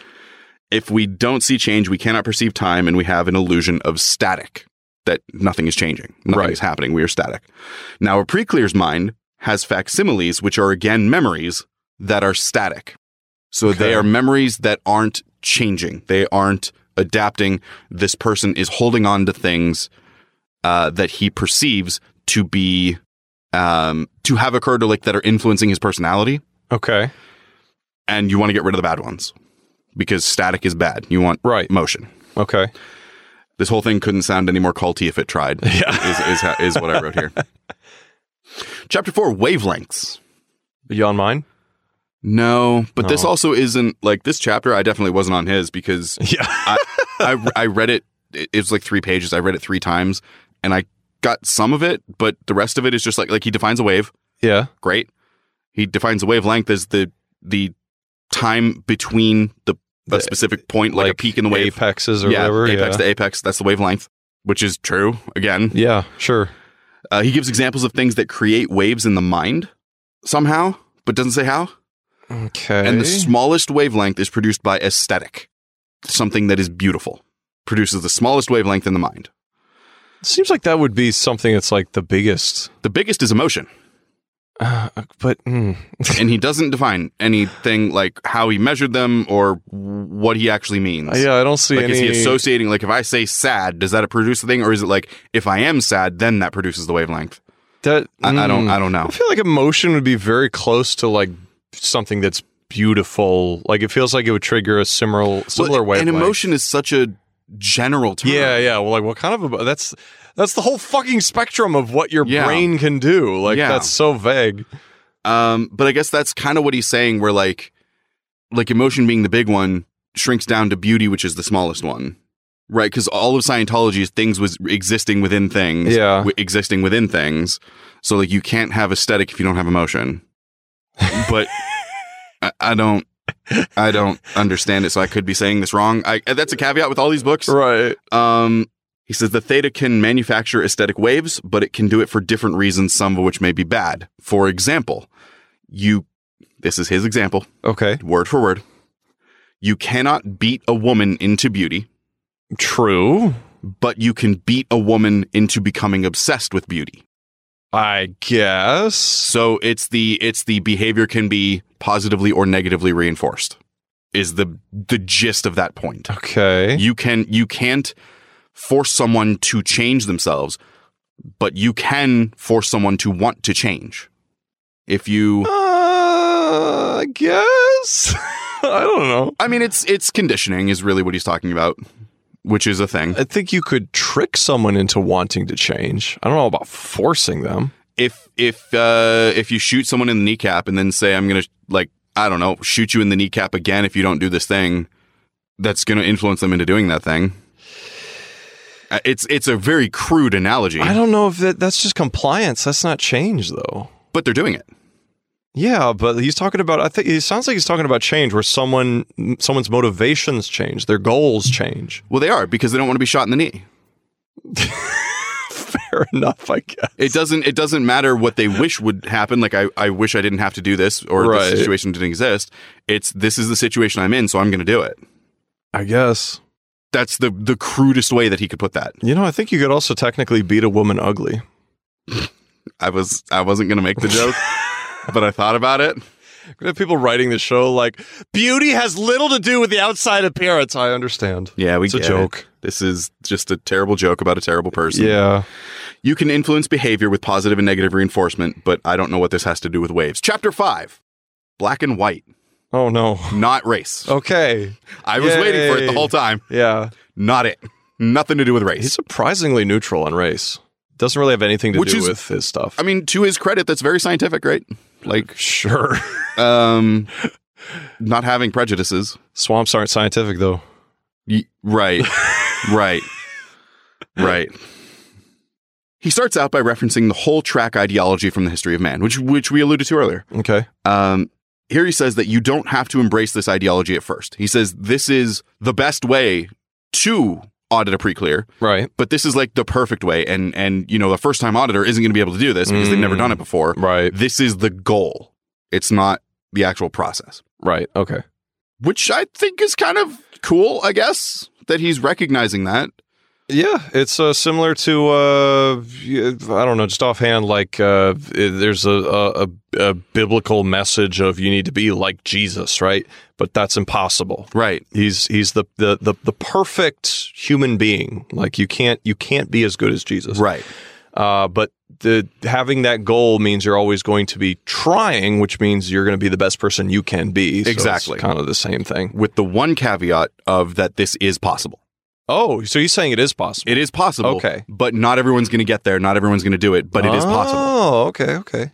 Speaker 2: If we don't see change, we cannot perceive time and we have an illusion of static that nothing is changing, nothing
Speaker 1: Right.
Speaker 2: is happening. We are static. Now, a pre clear's mind has facsimiles, which are again memories that are static. So
Speaker 1: Okay.
Speaker 2: they are memories that aren't changing, they aren't adapting. This person is holding on to things uh, that he perceives to be. Um, to have occurred or like that are influencing his personality,
Speaker 1: Okay.
Speaker 2: and you want to get rid of the bad ones because static is bad. You want
Speaker 1: Right.
Speaker 2: motion.
Speaker 1: Okay.
Speaker 2: This whole thing couldn't sound any more culty if it tried. is, is, ha- is what I wrote here. Chapter four: wavelengths.
Speaker 1: You on mine?
Speaker 2: No, but this
Speaker 1: No.
Speaker 2: also isn't like this chapter. I definitely wasn't on his because
Speaker 1: Yeah.
Speaker 2: I I read it. It it was like three pages. I read it three times, and I got some of it, but the rest of it is just like like he defines a wave.
Speaker 1: Yeah.
Speaker 2: Great. He defines a wavelength as the the time between the a
Speaker 1: The-
Speaker 2: specific point, like, a peak in the wave.
Speaker 1: Apexes or whatever.
Speaker 2: apex
Speaker 1: yeah.
Speaker 2: to apex. That's the wavelength, which is true. Again,
Speaker 1: yeah. Sure.
Speaker 2: uh, he gives examples of things that create waves in the mind somehow, but doesn't say how.
Speaker 1: Okay.
Speaker 2: And the smallest wavelength is produced by aesthetic, something that is beautiful, produces the smallest wavelength in the mind.
Speaker 1: Seems like that would be something that's like the biggest.
Speaker 2: The biggest is emotion,
Speaker 1: Uh, but mm,
Speaker 2: and he doesn't define anything like how he measured them or what he actually means.
Speaker 1: yeah, I don't see
Speaker 2: Like,
Speaker 1: any.
Speaker 2: is he associating, like, if I say sad, does that produce the thing? Or is it like, if I am sad, then that produces the wavelength?
Speaker 1: that,
Speaker 2: I, I don't,
Speaker 1: mm.
Speaker 2: I don't know.
Speaker 1: I feel like emotion would be very close to like something that's beautiful. Like it feels like it would trigger a similar similar
Speaker 2: Well,
Speaker 1: way.
Speaker 2: And emotion is such a general term.
Speaker 1: Yeah, yeah. Well, like what kind of emo- that's that's the whole fucking spectrum of what your
Speaker 2: Yeah.
Speaker 1: brain can do. Like
Speaker 2: Yeah.
Speaker 1: that's so vague.
Speaker 2: Um, but I guess that's kind of what he's saying. Where like, like emotion being the big one shrinks down to beauty, which is the smallest one, right? Because all of Scientology is things was existing within things,
Speaker 1: Yeah.
Speaker 2: w- existing within things. So like, you can't have aesthetic if you don't have emotion. But I, I don't, I don't understand it. So I could be saying this wrong. I, that's a caveat with all these books.
Speaker 1: Right.
Speaker 2: Um, he says the theta can manufacture aesthetic waves, but it can do it for different reasons, some of which may be bad. For example, you, this is his example,
Speaker 1: Okay.
Speaker 2: word for word. You cannot beat a woman into beauty,
Speaker 1: True.
Speaker 2: but you can beat a woman into becoming obsessed with beauty.
Speaker 1: I guess.
Speaker 2: So it's the it's the behavior can be positively or negatively reinforced. Is the the gist of that point.
Speaker 1: okay.
Speaker 2: you can you can't force someone to change themselves but you can force someone to want to change if you
Speaker 1: Uh, I guess. I don't know.
Speaker 2: i mean it's it's conditioning is really what he's talking about which is a thing
Speaker 1: I think you could trick someone into wanting to change. I don't know about forcing them.
Speaker 2: if if uh if you shoot someone in the kneecap and then say i'm gonna like i don't know shoot you in the kneecap again if you don't do this thing that's gonna influence them into doing that thing Uh, it's it's a very crude analogy
Speaker 1: I don't know if that, that's just compliance. That's not change, though.
Speaker 2: but they're doing it
Speaker 1: Yeah, but he's talking about. I think it sounds like he's talking about change, where someone someone's motivations change, their goals change.
Speaker 2: Well, they are because they don't want to be shot in the knee.
Speaker 1: Fair enough, I guess.
Speaker 2: It doesn't it doesn't matter what they wish would happen. Like I, I wish I didn't have to do this or
Speaker 1: Right.
Speaker 2: this situation didn't exist. It's this is the situation I'm in, so I'm gonna do it.
Speaker 1: I guess.
Speaker 2: That's the the crudest way that he could put that.
Speaker 1: You know, I think you could also technically beat a woman ugly.
Speaker 2: I was I wasn't gonna make the joke, but I thought about it.
Speaker 1: We have people writing the show like beauty has little to do with the outside appearance. I understand.
Speaker 2: Yeah, we
Speaker 1: It's a
Speaker 2: get it.
Speaker 1: joke.
Speaker 2: This is just a terrible joke about a terrible person.
Speaker 1: Yeah.
Speaker 2: You can influence behavior with positive and negative reinforcement, but I don't know what this has to do with waves. Chapter five. Black and white,
Speaker 1: Oh no.
Speaker 2: not race.
Speaker 1: Okay.
Speaker 2: I was waiting for it the
Speaker 1: Yay.
Speaker 2: whole time.
Speaker 1: Yeah.
Speaker 2: Not it. Nothing to do with
Speaker 1: He's
Speaker 2: race.
Speaker 1: surprisingly neutral on race. Doesn't really have anything to
Speaker 2: Which
Speaker 1: do
Speaker 2: is-
Speaker 1: with his stuff.
Speaker 2: I mean, to his credit, that's very scientific, right? Like,
Speaker 1: sure.
Speaker 2: um, not having prejudices.
Speaker 1: Swamps aren't scientific though.
Speaker 2: Y- right, right, right. He starts out by referencing the whole track ideology from the history of man, which which we alluded to earlier.
Speaker 1: Okay.
Speaker 2: Um, here he says that you don't have to embrace this ideology at first. He says this is the best way to audit a pre-clear,
Speaker 1: Right.
Speaker 2: but this is like the perfect way. And and you know, the first time auditor isn't going to be able to do this because they've never
Speaker 1: Mm.
Speaker 2: done it before.
Speaker 1: Right.
Speaker 2: This is the goal. It's not the actual process,
Speaker 1: Right. Okay.
Speaker 2: which I think is kind of cool. I guess that he's recognizing that.
Speaker 1: Yeah, it's uh, similar to uh, I don't know, just offhand. Like uh, there's a, a a- a biblical message of you need to be like Jesus, right? But that's impossible.
Speaker 2: Right.
Speaker 1: He's he's the the the, the perfect human being. Like you can't you can't be as good as Jesus.
Speaker 2: Right.
Speaker 1: Uh, but the having that goal means you're always going to be trying, which means you're going to be the best person you can be.
Speaker 2: Exactly.
Speaker 1: kind of the same thing.
Speaker 2: With the one caveat of that this is possible.
Speaker 1: Oh, so he's saying it is possible.
Speaker 2: It is possible.
Speaker 1: Okay.
Speaker 2: But not everyone's going to get there. Not everyone's going to do it, but it is possible.
Speaker 1: Oh, okay, okay.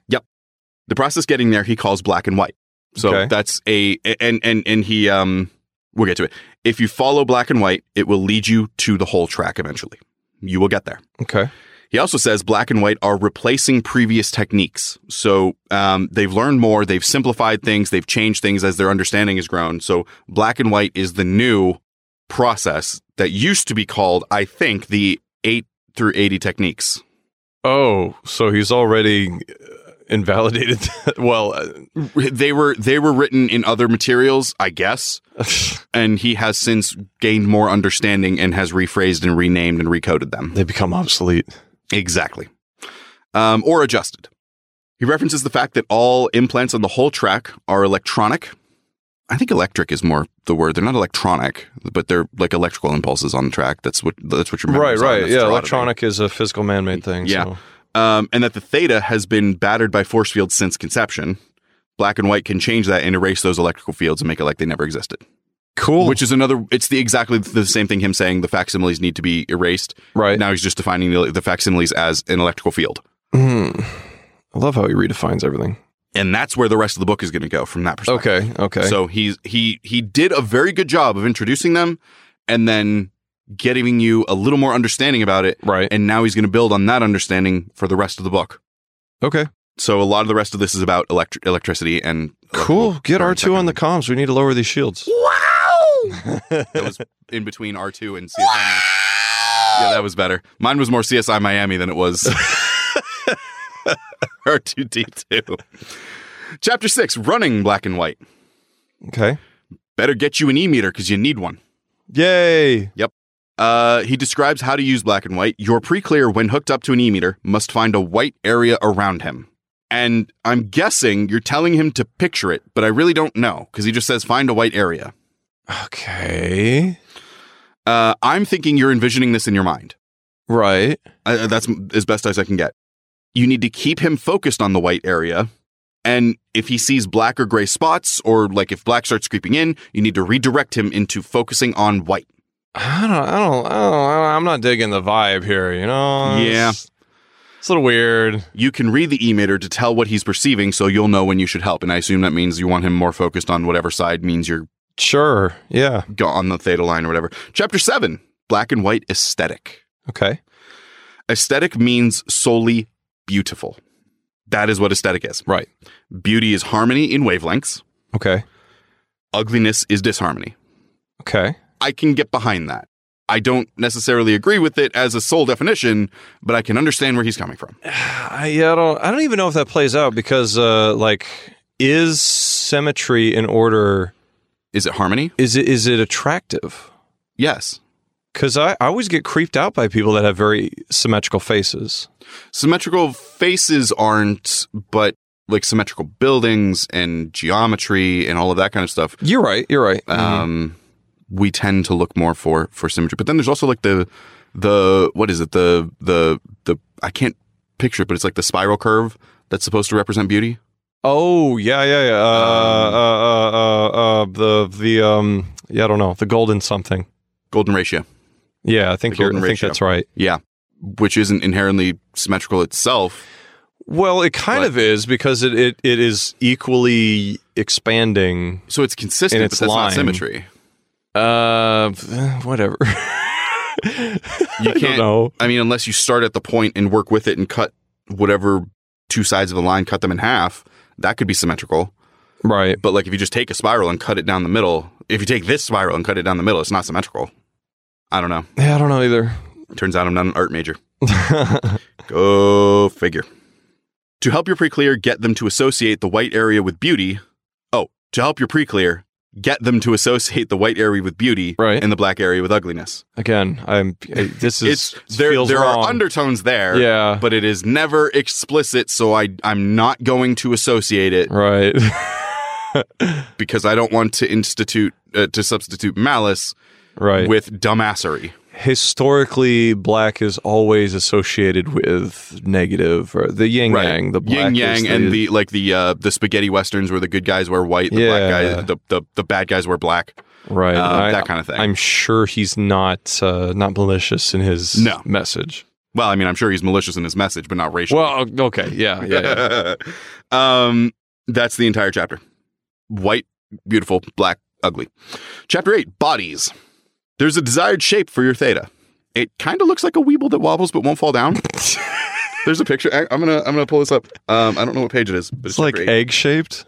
Speaker 2: the process getting there he calls black and white so
Speaker 1: Okay.
Speaker 2: that's a and and and he um we'll get to it if you follow black and white it will lead you to the whole track eventually you will get there
Speaker 1: Okay.
Speaker 2: he also says black and white are replacing previous techniques so um, they've learned more they've simplified things they've changed things as their understanding has grown so black and white is the new process that used to be called i think the 8 through 80 techniques
Speaker 1: Oh, so he's already uh, invalidated. well, uh,
Speaker 2: they were they were written in other materials i guess and he has since gained more understanding and has rephrased and renamed and recoded them.
Speaker 1: they become obsolete.
Speaker 2: Exactly. Um, or adjusted. He references the fact that all implants on the whole track are electronic. I think electric is more the word. They're not electronic, but they're like electrical impulses on the track. That's what that's what you're
Speaker 1: Right, right. Yeah, electronic is a physical man-made thing.
Speaker 2: Yeah.
Speaker 1: So.
Speaker 2: Um, and that the theta has been battered by force fields since conception. Black and white can change that and erase those electrical fields and make it like they never existed.
Speaker 1: Cool.
Speaker 2: Which is another. It's the exactly the same thing. Him saying the facsimiles need to be erased.
Speaker 1: right.
Speaker 2: Now he's just defining the, the facsimiles as an electrical field,
Speaker 1: Hmm. I love how he redefines everything.
Speaker 2: and that's where the rest of the book is going to go from that perspective.
Speaker 1: Okay. Okay.
Speaker 2: So he's he he did a very good job of introducing them, and then getting you a little more understanding about it.
Speaker 1: right.
Speaker 2: And now he's going to build on that understanding for the rest of the book.
Speaker 1: Okay.
Speaker 2: So a lot of the rest of this is about electric electricity and electrical
Speaker 1: Cool. Get R
Speaker 2: currents, that
Speaker 1: two
Speaker 2: kind
Speaker 1: on the
Speaker 2: of
Speaker 1: comms. We need to lower these shields.
Speaker 2: Wow! that
Speaker 1: okay.
Speaker 2: was in between R two and CSI. Yeah, that was better. Mine was more CSI Miami than it was R2D2. Chapter 6 Running Black and White. Better get you an e meter because you need one.
Speaker 1: Yay.
Speaker 2: Uh, he describes how to use black and white. Your pre clear, when hooked up to an e meter, must find a white area around him. And I'm guessing you're telling him to picture it, but I really don't know because he just says find a white area.
Speaker 1: Okay.
Speaker 2: Uh, I'm thinking you're envisioning this in your mind.
Speaker 1: Right.
Speaker 2: Uh, that's m- as best as I can get. You need to keep him focused on the white area. And if he sees black or gray spots, or like if black starts creeping in, you need to redirect him into focusing on white.
Speaker 1: I don't. I don't. I don't. I'm not digging the vibe here. You know.
Speaker 2: Yeah.
Speaker 1: It's, it's a little weird.
Speaker 2: You can read the emitter to tell what he's perceiving, so you'll know when you should help. And I assume that means you want him more focused on whatever side means you're
Speaker 1: Sure. Yeah.
Speaker 2: go- on the theta line or whatever. Chapter seven Black and White Aesthetic.
Speaker 1: Okay.
Speaker 2: Aesthetic means solely beautiful. That is what aesthetic is.
Speaker 1: Right.
Speaker 2: Beauty is harmony in wavelengths,
Speaker 1: Okay.
Speaker 2: ugliness is disharmony.
Speaker 1: Okay.
Speaker 2: I can get behind that. I don't necessarily agree with it as a sole definition, but I can understand where he's coming from.
Speaker 1: I, yeah, I don't. I don't even know if that plays out because, uh, like, is symmetry in order?
Speaker 2: Is it harmony?
Speaker 1: Is it is it attractive?
Speaker 2: Yes.
Speaker 1: Because I, I always get creeped out by people that have very symmetrical faces.
Speaker 2: Symmetrical faces aren't, but like symmetrical buildings and geometry and all of that kind of stuff.
Speaker 1: You're right. You're right.
Speaker 2: um, we tend to look more for for symmetry. But then there's also like the the what is it the the the I can't picture it, but it's like the spiral curve that's supposed to represent beauty.
Speaker 1: oh yeah, yeah, yeah. Uh, uh, uh, uh, uh, the the um, yeah, I don't know, the golden something.
Speaker 2: Golden ratio,
Speaker 1: Yeah, I think
Speaker 2: The
Speaker 1: you're. I
Speaker 2: golden
Speaker 1: think
Speaker 2: ratio.
Speaker 1: that's right.
Speaker 2: yeah, which isn't inherently symmetrical itself.
Speaker 1: Well, it kind
Speaker 2: But-
Speaker 1: of is because it, it, it is equally expanding.
Speaker 2: So it's consistent,
Speaker 1: And it's
Speaker 2: but that's
Speaker 1: line.
Speaker 2: not symmetry.
Speaker 1: Uh, whatever.
Speaker 2: You
Speaker 1: I don't
Speaker 2: can't. I,
Speaker 1: know.
Speaker 2: mean, unless you start at the point and work with it and cut whatever two sides of the line, cut them in half. That could be symmetrical.
Speaker 1: Right.
Speaker 2: But like if you just take a spiral and cut it down the middle, if you take this spiral and cut it down the middle, it's not symmetrical. I don't know.
Speaker 1: Yeah, I don't know either.
Speaker 2: Turns out I'm not an art major. Go figure. To help your pre-clear get them to associate the white area with beauty. Oh, to help your pre-clear get them to associate the white area with beauty
Speaker 1: Right.
Speaker 2: and the black area with ugliness.
Speaker 1: Again, I'm. I, this is.
Speaker 2: It's, there.
Speaker 1: feels
Speaker 2: there
Speaker 1: wrong.
Speaker 2: are undertones there,
Speaker 1: Yeah.
Speaker 2: but it is never explicit. So I I'm not going to associate it
Speaker 1: Right.
Speaker 2: because I don't want to institute uh, to substitute malice
Speaker 1: right.
Speaker 2: with dumbassery.
Speaker 1: Historically, black is always associated with negative or the yin yang. The black
Speaker 2: yin
Speaker 1: is
Speaker 2: yang and the like the uh, the spaghetti westerns where the good guys wear white, the black
Speaker 1: Yeah.
Speaker 2: guys the, the the bad guys wear black,
Speaker 1: right.
Speaker 2: uh,
Speaker 1: I-
Speaker 2: that kind of thing.
Speaker 1: I'm sure he's not uh, not malicious in his
Speaker 2: No.
Speaker 1: message.
Speaker 2: well, I mean, I'm sure he's malicious in his message, but not racial.
Speaker 1: Well, okay, yeah, yeah, yeah.
Speaker 2: um, that's the entire chapter. White, beautiful, black, ugly. Chapter eight: bodies. There's a desired shape for your theta. It kind of looks like a weeble that wobbles but won't fall down. There's a picture. I, am gonna I'm gonna pull this up. Um, I don't know what page it is, but it's,
Speaker 1: it's like
Speaker 2: chapter eight.
Speaker 1: egg shaped.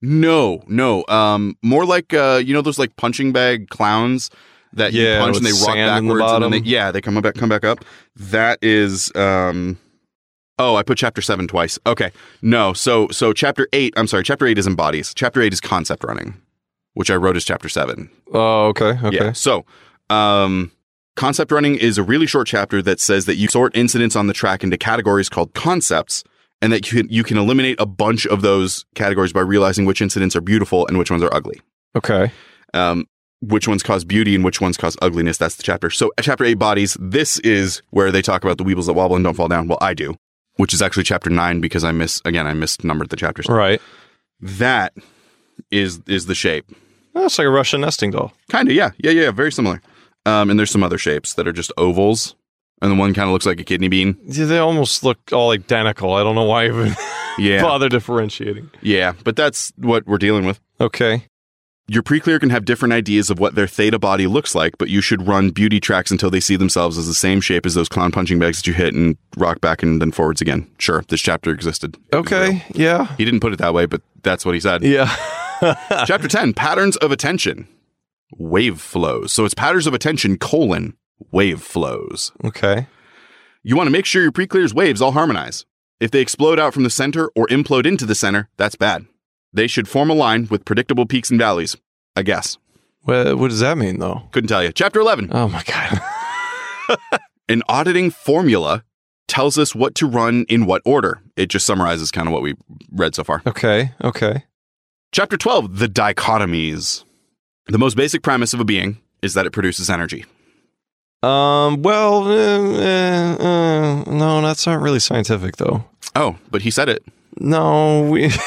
Speaker 2: No, no. Um, more like uh, you know those like punching bag clowns that
Speaker 1: Yeah,
Speaker 2: you punch and
Speaker 1: with
Speaker 2: they rock
Speaker 1: sand in the
Speaker 2: backwards and then
Speaker 1: bottom.
Speaker 2: they, yeah, they come back come back up. That is um Oh, I put chapter 7 twice. Okay. No, so so chapter 8, I'm sorry, chapter 8 isn't bodies. Chapter 8 is concept running, which I wrote as chapter 7.
Speaker 1: Oh, okay, okay.
Speaker 2: Yeah. So, um, concept running is a really short chapter that says that you sort incidents on the track into categories called concepts, and that you can, you can eliminate a bunch of those categories by realizing which incidents are beautiful and which ones are ugly.
Speaker 1: Okay.
Speaker 2: Um, which ones cause beauty and which ones cause ugliness. That's the chapter. So, at chapter eight, bodies. This is where they talk about the weebles that wobble and don't fall down. Well, I do, which is actually chapter nine because I miss again I misnumbered the chapters.
Speaker 1: Right.
Speaker 2: That is is the shape.
Speaker 1: That's like a Russian nesting doll.
Speaker 2: Kind of, yeah, yeah, yeah, very similar. Um, and there's some other shapes that are just ovals, and the one kind of looks like a kidney bean.
Speaker 1: Yeah, they almost look all identical. I don't know why I even
Speaker 2: Yeah,
Speaker 1: bother differentiating.
Speaker 2: yeah, but that's what we're dealing with.
Speaker 1: Okay.
Speaker 2: Your pre-clear can have different ideas of what their theta body looks like, but you should run beauty tracks until they see themselves as the same shape as those clown punching bags that you hit and rock back and then forwards again. Sure, this chapter existed. It was real.
Speaker 1: Okay. Yeah.
Speaker 2: He didn't put it that way, but that's what he said.
Speaker 1: Yeah.
Speaker 2: Chapter 10 Patterns of Attention Wave Flows. So it's patterns of attention colon wave flows.
Speaker 1: okay.
Speaker 2: You want to make sure your pre-clear's waves all harmonize. If they explode out from the center or implode into the center, that's bad. They should form a line with predictable peaks and valleys. I guess.
Speaker 1: Well, what does that mean, though?
Speaker 2: Couldn't tell you. Chapter 11.
Speaker 1: Oh my god.
Speaker 2: An auditing formula tells us what to run in what order. It just summarizes kind of what we read so far.
Speaker 1: Okay. Okay.
Speaker 2: Chapter 12, the dichotomies. The most basic premise of a being is that it produces energy.
Speaker 1: Um. Well. eh, eh, uh, no, that's not really scientific, though.
Speaker 2: Oh, but he said it.
Speaker 1: No, we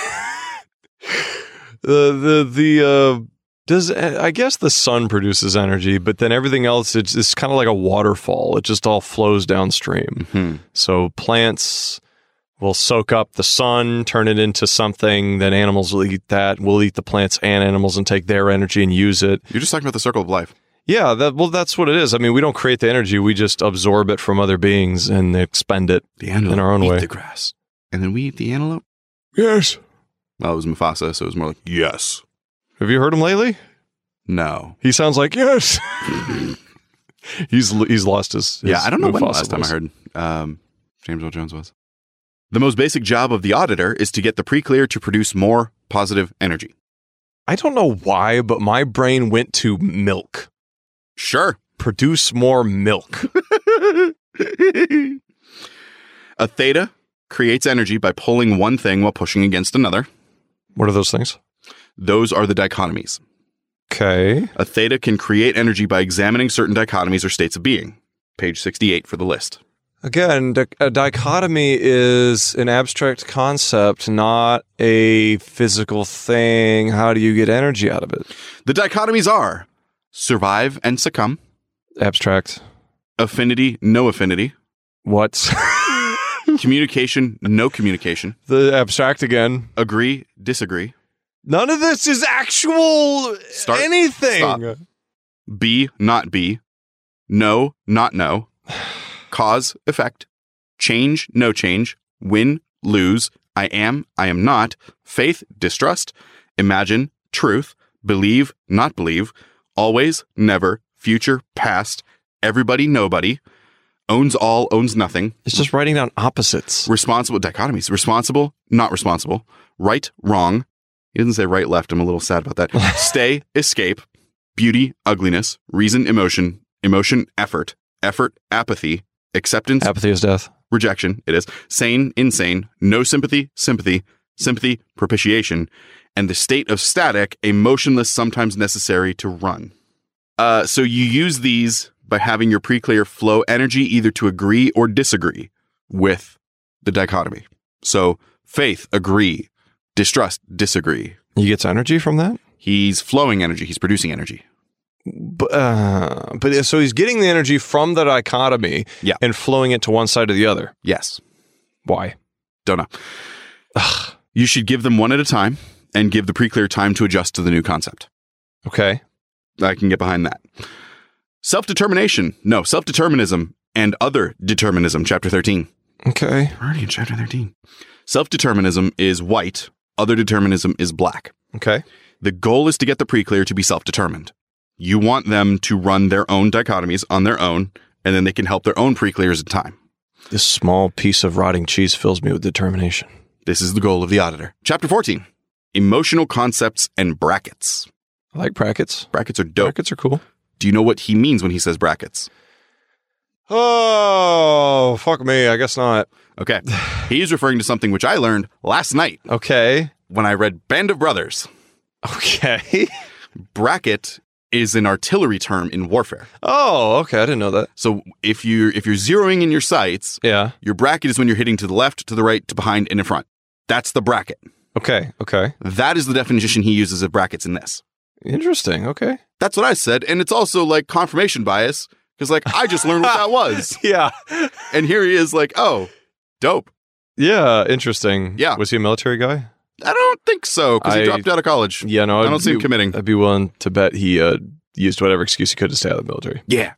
Speaker 1: the the the uh does I guess the sun produces energy, but then everything else it's it's kind of like a waterfall. It just all flows downstream.
Speaker 2: Hmm.
Speaker 1: So plants will soak up the sun, turn it into something. Then animals will eat that. We'll eat the plants and animals and take their energy and use it.
Speaker 2: You're just talking about the circle of life.
Speaker 1: Yeah, that well, that's what it is. I mean, we don't create the energy; we just absorb it from other beings and expend it
Speaker 2: The animal
Speaker 1: In our own
Speaker 2: eat
Speaker 1: way.
Speaker 2: the grass. and then we eat the antelope?
Speaker 1: Yes.
Speaker 2: Well, it was Mufasa, so it was more like, yes.
Speaker 1: Have you heard him lately?
Speaker 2: No.
Speaker 1: He sounds like yes. he's he's lost his. his
Speaker 2: yeah, I don't know when the
Speaker 1: Mufasa
Speaker 2: last time I
Speaker 1: voice.
Speaker 2: heard um, James Earl Jones was. The most basic job of the auditor is to get the pre-clear to produce more positive energy.
Speaker 1: I don't know why, but my brain went to milk.
Speaker 2: Sure.
Speaker 1: Produce more milk.
Speaker 2: a theta creates energy by pulling one thing while pushing against another.
Speaker 1: what are those things?
Speaker 2: Those are the dichotomies.
Speaker 1: Okay.
Speaker 2: A theta can create energy by examining certain dichotomies or states of being. Page 68 for the list.
Speaker 1: Again, di- a dichotomy is an abstract concept, not a physical thing. How do you get energy out of it?
Speaker 2: The dichotomies are survive and succumb,
Speaker 1: Abstract.
Speaker 2: affinity, no affinity,
Speaker 1: What's
Speaker 2: communication, no communication,
Speaker 1: the abstract again?
Speaker 2: agree, disagree,
Speaker 1: None of this is actual
Speaker 2: Start.
Speaker 1: anything.
Speaker 2: Stop. be, not be, no, not no, cause, effect, change, no change, win, lose, I am, I am not, faith, distrust, imagine, truth, believe, not believe, always, never, future, past, everybody, nobody, owns all, owns nothing,
Speaker 1: It's just writing down opposites.
Speaker 2: responsible dichotomies responsible not responsible right wrong he doesn't say right left i'm a little sad about that stay escape beauty ugliness reason emotion emotion effort effort apathy acceptance
Speaker 1: Apathy is death.
Speaker 2: rejection it is sane insane no sympathy sympathy sympathy propitiation and the state of static a motionless sometimes necessary to run uh, so you use these by having your pre-clear flow energy either to agree or disagree with the dichotomy so faith agree distrust disagree
Speaker 1: He gets energy from that.
Speaker 2: he's flowing energy he's producing energy
Speaker 1: But, uh, but so he's getting the energy from the dichotomy
Speaker 2: Yeah.
Speaker 1: and flowing it to one side or the other.
Speaker 2: yes
Speaker 1: Why?
Speaker 2: don't know you should give them one at a time and give the pre-clear time to adjust to the new concept
Speaker 1: Okay.
Speaker 2: I can get behind that. Self determination. No, self determinism and other determinism, chapter 13.
Speaker 1: Okay.
Speaker 2: We're already in chapter 13. Self determinism is white, other determinism is black.
Speaker 1: Okay.
Speaker 2: The goal is to get the pre clear to be self determined. You want them to run their own dichotomies on their own, and then they can help their own pre clears in time.
Speaker 1: This small piece of rotting cheese fills me with determination.
Speaker 2: This is the goal of the auditor. Chapter 14 Emotional concepts and brackets.
Speaker 1: I like brackets.
Speaker 2: Brackets are dope.
Speaker 1: Brackets are cool.
Speaker 2: Do you know what he means when he says brackets?
Speaker 1: Oh, fuck me. I guess not.
Speaker 2: Okay. He's referring to something which I learned last night
Speaker 1: Okay.
Speaker 2: when I read Band of Brothers.
Speaker 1: Okay.
Speaker 2: Bracket is an artillery term in warfare.
Speaker 1: Oh, okay. I didn't know that.
Speaker 2: So if you if you're zeroing in your sights,
Speaker 1: Yeah.
Speaker 2: your bracket is when you're hitting to the left, to the right, to behind, and in front. That's the bracket.
Speaker 1: Okay. Okay.
Speaker 2: That is the definition he uses of brackets in this.
Speaker 1: Interesting. Okay.
Speaker 2: That's what I said, and it's also like confirmation bias because like I just learned what that was,
Speaker 1: Yeah.
Speaker 2: and here he is like, oh, dope.
Speaker 1: Yeah. Interesting.
Speaker 2: Yeah.
Speaker 1: Was he a military guy?
Speaker 2: I don't think so because he
Speaker 1: I-
Speaker 2: dropped out of college.
Speaker 1: Yeah. No.
Speaker 2: I
Speaker 1: I'd
Speaker 2: don't see him
Speaker 1: be-
Speaker 2: committing.
Speaker 1: I'd be willing to bet he uh, used whatever excuse he could to stay out of the military.
Speaker 2: Yeah.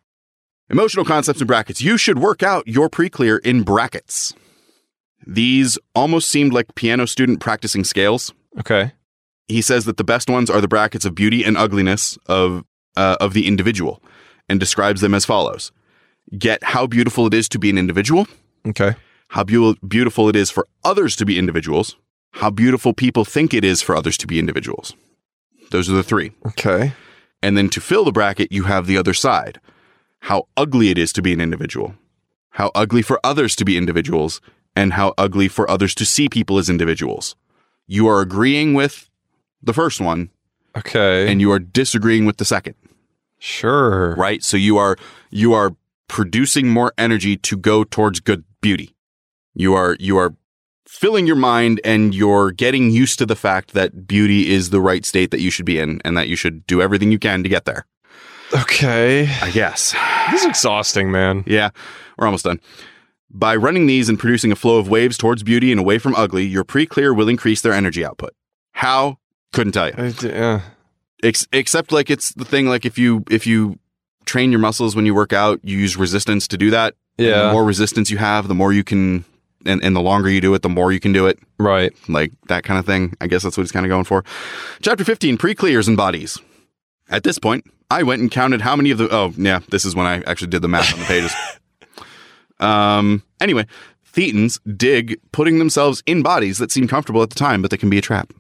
Speaker 2: Emotional concepts and brackets. You should work out your pre-clear in brackets. These almost seemed like piano student practicing scales.
Speaker 1: Okay.
Speaker 2: He says that the best ones are the brackets of beauty and ugliness of uh, of the individual, and describes them as follows: Get how beautiful it is to be an individual,
Speaker 1: Okay.
Speaker 2: how beau- beautiful it is for others to be individuals, how beautiful people think it is for others to be individuals. Those are the three.
Speaker 1: Okay.
Speaker 2: And then to fill the bracket, you have the other side how ugly it is to be an individual, how ugly for others to be individuals, and how ugly for others to see people as individuals. You are agreeing with the first one
Speaker 1: Okay.
Speaker 2: and you are disagreeing with the second,
Speaker 1: sure.
Speaker 2: right? So you are you are producing more energy to go towards good beauty. You are you are filling your mind and you're getting used to the fact that beauty is the right state that you should be in and that you should do everything you can to get there.
Speaker 1: Okay.
Speaker 2: I guess.
Speaker 1: This is exhausting, man.
Speaker 2: Yeah, we're almost done. By running these and producing a flow of waves towards beauty and away from ugly, your pre clear will increase their energy output. How? Couldn't tell you.
Speaker 1: I d- yeah.
Speaker 2: Ex- except like it's the thing like if you if you train your muscles when you work out, you use resistance to do that. And
Speaker 1: Yeah.
Speaker 2: The more resistance you have, the more you can and, and the longer you do it, the more you can do it,
Speaker 4: Right.
Speaker 2: like that kind of thing. I guess that's what he's kind of going for. Chapter 15 Pre clears and bodies. At this point, I went and counted how many of the. Oh, yeah, this is when I actually did the math on the pages. um, anyway, Thetans dig putting themselves in bodies that seem comfortable at the time, but they can be a trap.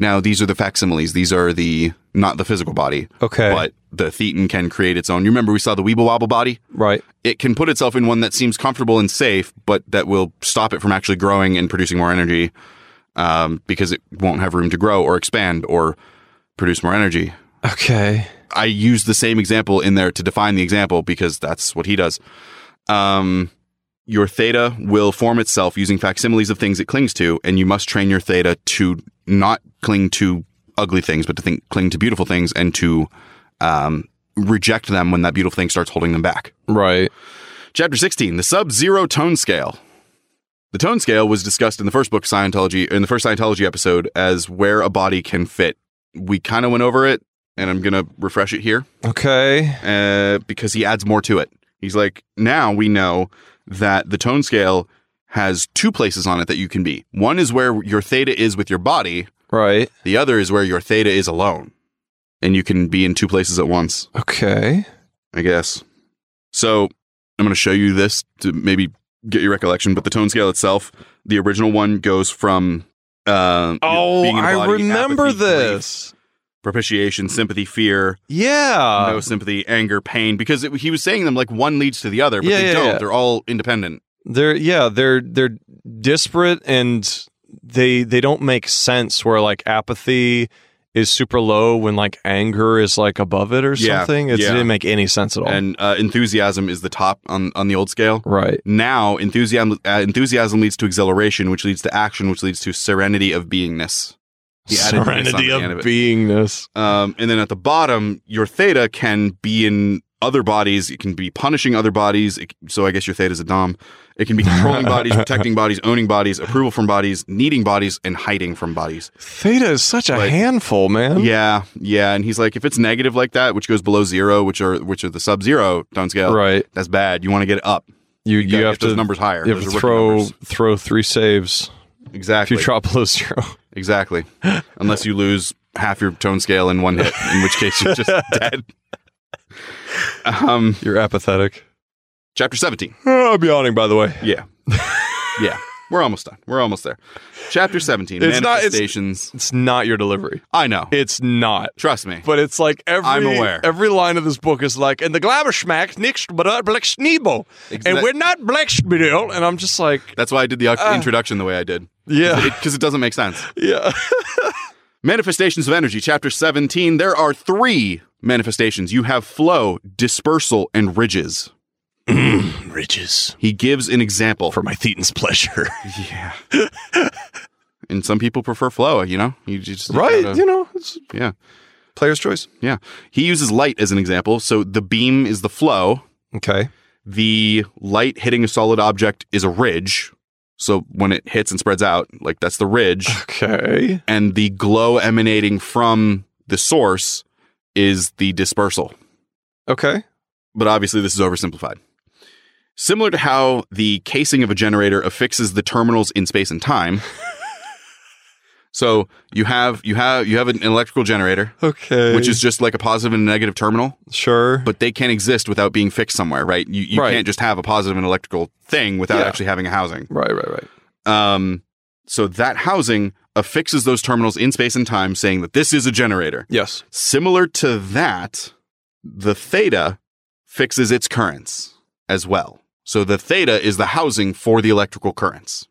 Speaker 2: Now, these are the facsimiles. These are the not the physical body,
Speaker 4: Okay.
Speaker 2: but the Thetan can create its own. You remember we saw the Weeble Wobble body?
Speaker 4: Right.
Speaker 2: it can put itself in one that seems comfortable and safe, but that will stop it from actually growing and producing more energy um, because it won't have room to grow or expand or produce more energy.
Speaker 4: Okay.
Speaker 2: I use the same example in there to define the example because that's what he does. Um, your theta will form itself using facsimiles of things it clings to, and you must train your theta to not cling to ugly things, but to think, cling to beautiful things and to um, reject them when that beautiful thing starts holding them back.
Speaker 4: Right.
Speaker 2: Chapter 16, the sub zero tone scale. The tone scale was discussed in the first book, Scientology, in the first Scientology episode, as where a body can fit. We kind of went over it, and I'm going to refresh it here
Speaker 4: Okay.
Speaker 2: uh, because he adds more to it. He's like, now we know that the tone scale has two places on it that you can be. One is where your theta is with your body,
Speaker 4: Right.
Speaker 2: the other is where your theta is alone. And you can be in two places at once.
Speaker 4: Okay.
Speaker 2: I guess. So I'm going to show you this to maybe get your recollection, but the tone scale itself, the original one goes from. Uh,
Speaker 1: Oh,
Speaker 2: being in a
Speaker 4: I
Speaker 2: body,
Speaker 4: remember
Speaker 2: apathy, grief,
Speaker 4: this.
Speaker 2: propitiation, sympathy, fear,
Speaker 4: Yeah.
Speaker 2: no sympathy, anger, pain, because it, he was saying them like one leads to the other, but
Speaker 4: Yeah,
Speaker 2: they
Speaker 4: yeah,
Speaker 2: don't.
Speaker 4: yeah.
Speaker 2: They're all independent.
Speaker 4: There.
Speaker 1: yeah they're they're disparate and they they don't make sense where like apathy is super low when like anger is like above it or
Speaker 2: Yeah,
Speaker 1: something it's,
Speaker 2: yeah.
Speaker 1: it didn't make any sense at all. Right.
Speaker 2: And uh, enthusiasm is the top on, on the old scale.
Speaker 4: Right.
Speaker 2: Now, enthusiasm, uh, enthusiasm leads to exhilaration, which leads to action, which leads to serenity of beingness. He added this on
Speaker 1: serenity
Speaker 2: the
Speaker 1: of
Speaker 2: end of it.
Speaker 1: beingness
Speaker 2: Um, and then at the bottom, your theta can be in other bodies. It can be punishing other bodies. It, so I guess your theta is a dom. It can be controlling bodies, protecting bodies, owning bodies, approval from bodies, needing bodies, and hiding from bodies.
Speaker 1: theta is such a
Speaker 2: Like-
Speaker 1: handful man
Speaker 2: Yeah, yeah. And he's like, if it's negative like that, which goes below zero, which are which are the sub zero tone scale,
Speaker 4: Right.
Speaker 2: that's bad. You want to get it up.
Speaker 1: you
Speaker 2: gotta
Speaker 1: you
Speaker 2: get
Speaker 1: have
Speaker 2: those
Speaker 1: to
Speaker 2: numbers higher.
Speaker 1: you have
Speaker 2: Those
Speaker 1: to
Speaker 2: are rookie
Speaker 1: throw
Speaker 2: numbers.
Speaker 1: throw three saves if
Speaker 2: exactly
Speaker 1: you drop below zero
Speaker 2: exactly, unless you lose half your tone scale in one hit, in which case you're just dead. Um,
Speaker 1: you're apathetic
Speaker 2: chapter seventeen.
Speaker 1: Oh, i'm yawning by the way
Speaker 2: Yeah. yeah. We're almost done. We're almost there. Chapter 17
Speaker 1: It's not- it's-
Speaker 2: Manifestations.
Speaker 1: it's not your delivery
Speaker 2: I know.
Speaker 1: it's not
Speaker 2: Trust me.
Speaker 1: But it's like every
Speaker 2: I'm aware.
Speaker 1: every line of this book is like, and the glamour schmack nicht but Black Schneebo. And
Speaker 2: Exa-
Speaker 1: we're not Black Schneebo. And I'm just like,
Speaker 2: That's why I did the uh,
Speaker 1: Ah.
Speaker 2: introduction the way I did.
Speaker 1: yeah,
Speaker 2: Because it, doesn't make sense.
Speaker 1: yeah.
Speaker 2: Manifestations of Energy, Chapter 17. There are three manifestations you have flow, dispersal, and ridges.
Speaker 1: Riches
Speaker 2: He gives an example.
Speaker 1: for my Thetan's pleasure.
Speaker 2: yeah. and some people prefer flow, you know? You just you
Speaker 1: right?
Speaker 2: gotta-
Speaker 1: you know, it's
Speaker 2: yeah.
Speaker 1: player's choice.
Speaker 2: Yeah. He uses light as an example. So the beam is the flow,
Speaker 4: Okay.
Speaker 2: the light hitting a solid object is a ridge. So when it hits and spreads out, like that's the ridge.
Speaker 1: Okay.
Speaker 2: and the glow emanating from the source is the dispersal.
Speaker 4: Okay.
Speaker 2: But obviously, this is oversimplified. Similar to how the casing of a generator affixes the terminals in space and time. so you have you have you have an electrical generator,
Speaker 1: Okay.
Speaker 2: which is just like a positive and a negative terminal
Speaker 1: sure.
Speaker 2: but they can't exist without being fixed somewhere, right? You, you
Speaker 4: Right.
Speaker 2: can't just have a positive and electrical thing without
Speaker 4: Yeah.
Speaker 2: actually having a housing.
Speaker 4: Right. Right. Right.
Speaker 2: Um, so that housing affixes those terminals in space and time, saying that this is a generator.
Speaker 4: Yes.
Speaker 2: Similar to that, the theta fixes its currents as well. So the theta is the housing for the electrical currents.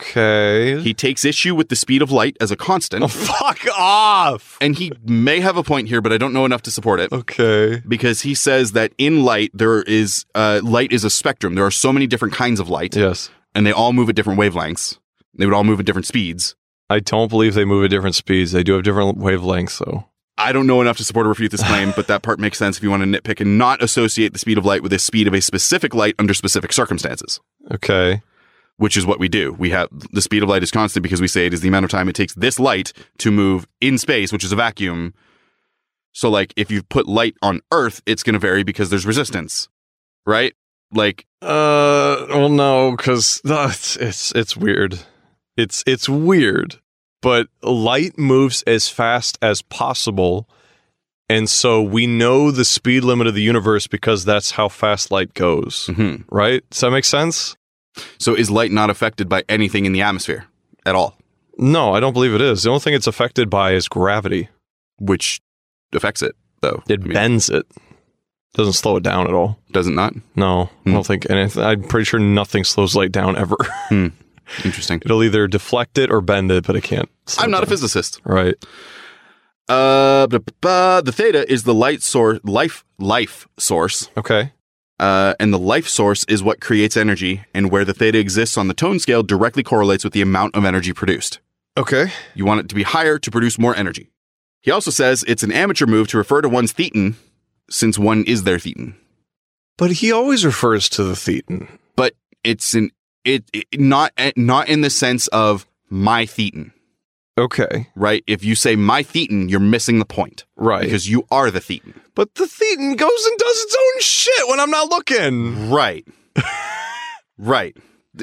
Speaker 4: Okay.
Speaker 2: He takes issue with the speed of light as a constant,
Speaker 1: oh, fuck off.
Speaker 2: and he may have a point here, but I don't know enough to support it.
Speaker 1: Okay.
Speaker 2: because he says that in light there is uh, light is a spectrum. There are so many different kinds of light,
Speaker 1: Yes.
Speaker 2: and they all move at different wavelengths. They would all move at different speeds.
Speaker 1: I don't believe they move at different speeds. They do have different wavelengths, though.
Speaker 2: I don't know enough to support or refute this claim, but that part makes sense if you want to nitpick and not associate the speed of light with the speed of a specific light under specific circumstances,
Speaker 1: Okay.
Speaker 2: which is what we do. We have the speed of light is constant because we say it is the amount of time it takes this light to move in space, which is a vacuum. So, like, if you put light on Earth, it's going to vary because there's resistance, right? Like,
Speaker 1: Uh, well, no, because it's, it's it's weird. It's it's weird, but light moves as fast as possible, and so we know the speed limit of the universe because that's how fast light goes.
Speaker 2: mhm.
Speaker 1: Right? Does that make sense?
Speaker 2: so is light not affected by anything in the atmosphere at all,
Speaker 1: No, I don't believe it is. The only thing it's affected by is gravity.
Speaker 2: which affects it though?
Speaker 1: It
Speaker 2: I mean,
Speaker 1: bends it. Doesn't slow it down at all.
Speaker 2: does it not?
Speaker 1: No, I
Speaker 2: Hmm.
Speaker 1: don't think anything. I'm pretty sure nothing slows light down ever.
Speaker 2: Interesting.
Speaker 1: It'll either deflect it or bend it, but it can't. slow
Speaker 2: I'm
Speaker 1: it
Speaker 2: not a
Speaker 1: down.
Speaker 2: physicist.
Speaker 1: Right.
Speaker 2: Uh, bu- bu- bu- the theta is the light source, life, life source,
Speaker 1: Okay.
Speaker 2: uh, and the life source is what creates energy. And where the theta exists on the tone scale directly correlates with the amount of energy produced.
Speaker 4: Okay.
Speaker 2: You want it to be higher to produce more energy. He also says it's an amateur move to refer to one's thetan, since one is their thetan.
Speaker 1: But he always refers to the thetan.
Speaker 2: It's an it, it not eh, not in the sense of my thetan,
Speaker 4: Okay.
Speaker 2: right? If you say my thetan, you're missing the point
Speaker 4: Right.
Speaker 2: because you are the thetan,
Speaker 1: But the thetan goes and does its own shit when I'm not looking.
Speaker 2: right? right.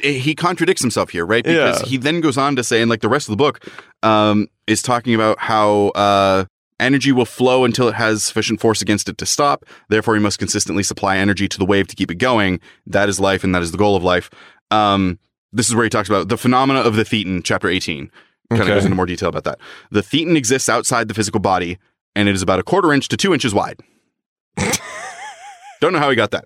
Speaker 2: Eh, He contradicts himself here, right? Because
Speaker 1: Yeah.
Speaker 2: he then goes on to say, and like the rest of the book, um, is talking about how uh, energy will flow until it has sufficient force against it to stop. Therefore, you must consistently supply energy to the wave to keep it going. That is life, and that is the goal of life. Um, this is where he talks about the phenomena of the thetan, chapter 18. Kind of
Speaker 1: Okay.
Speaker 2: goes into more detail about that. The thetan exists outside the physical body, and it is about a quarter inch to two inches wide. Don't know how he got that.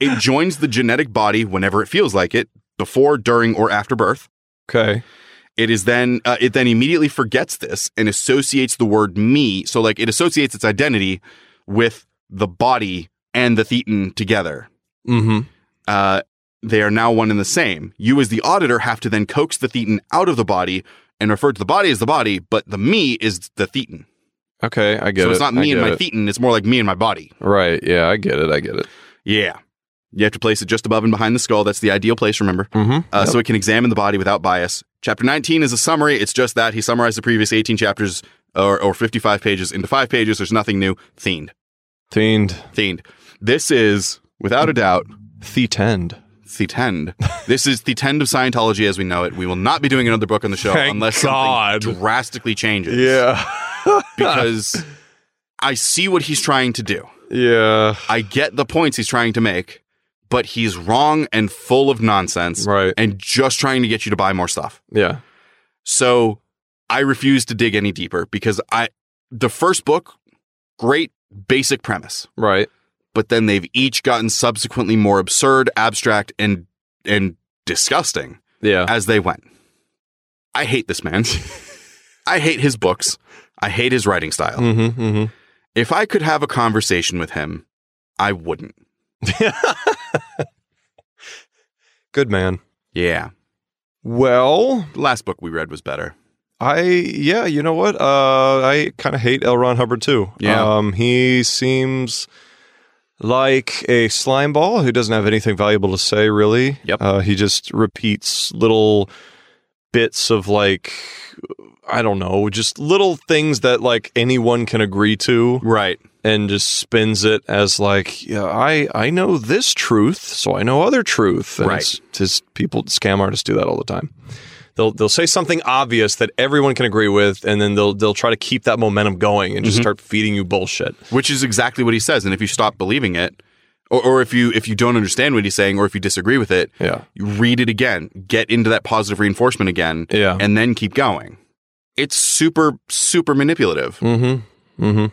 Speaker 2: It joins the genetic body whenever it feels like it, before, during, or after birth.
Speaker 4: okay.
Speaker 2: It is then uh, it then immediately forgets this and associates the word me. So like it associates its identity with the body and the thetan together.
Speaker 1: Mm-hmm.
Speaker 2: Uh, they are now one and the same. You as the auditor have to then coax the thetan out of the body and refer to the body as the body, but the me is the thetan.
Speaker 4: Okay. I get
Speaker 2: so
Speaker 4: it.
Speaker 2: it's not
Speaker 4: I
Speaker 2: me and
Speaker 4: get
Speaker 2: my
Speaker 4: it.
Speaker 2: thetan. It's more like me and my body.
Speaker 4: Right. Yeah. I get it. I get it.
Speaker 2: Yeah. You have to place it just above and behind the skull. That's the ideal place, remember.
Speaker 4: Mm-hmm.
Speaker 2: uh, so it can examine the body without bias. Chapter 19 is a summary. It's just that he summarized the previous 18 chapters or, or 55 pages into five pages. There's nothing new. Themed.
Speaker 1: Theaned.
Speaker 2: Themed. This is, without a doubt,
Speaker 1: Thetend.
Speaker 2: the tend. This is the tend of Scientology as we know it. We will not be doing another book on the show
Speaker 1: Thank
Speaker 2: unless
Speaker 1: God.
Speaker 2: something drastically changes. because I see what he's trying to do.
Speaker 1: yeah.
Speaker 2: I get the points he's trying to make, but he's wrong and full of nonsense
Speaker 1: Right.
Speaker 2: and just trying to get you to buy more stuff.
Speaker 1: Yeah.
Speaker 2: So I refuse to dig any deeper because I the first book, great basic premise,
Speaker 4: Right.
Speaker 2: but then they've each gotten subsequently more absurd, abstract, and and disgusting
Speaker 4: Yeah.
Speaker 2: as they went. I hate this man. I hate his books. I hate his writing style.
Speaker 1: Mm-hmm. Mm-hmm.
Speaker 2: If I could have a conversation with him, I wouldn't.
Speaker 1: Good man.
Speaker 2: Yeah.
Speaker 4: Well,
Speaker 2: The last book we read was better.
Speaker 1: I yeah, you know what? Uh I kind of hate L. Ron Hubbard too.
Speaker 2: Yeah.
Speaker 1: Um he seems like a slime ball who doesn't have anything valuable to say really.
Speaker 2: Yep.
Speaker 1: Uh he just repeats little bits of like I don't know, just little things that like anyone can agree to
Speaker 2: Right.
Speaker 1: and just spins it as like, yeah, I I know this truth, so I know other truth. And
Speaker 2: Right.
Speaker 1: it's- it's people scam artists do that all the time. They'll they'll say something obvious that everyone can agree with, and then they'll they'll try to keep that momentum going and just start feeding you bullshit.
Speaker 2: which is exactly what he says and if you stop believing it or, or if you if you don't understand what he's saying or if you disagree with it
Speaker 1: Yeah.
Speaker 2: you read it again get into that positive reinforcement again
Speaker 1: Yeah.
Speaker 2: and then keep going it's super super manipulative
Speaker 1: Mm-hmm. Mm-hmm.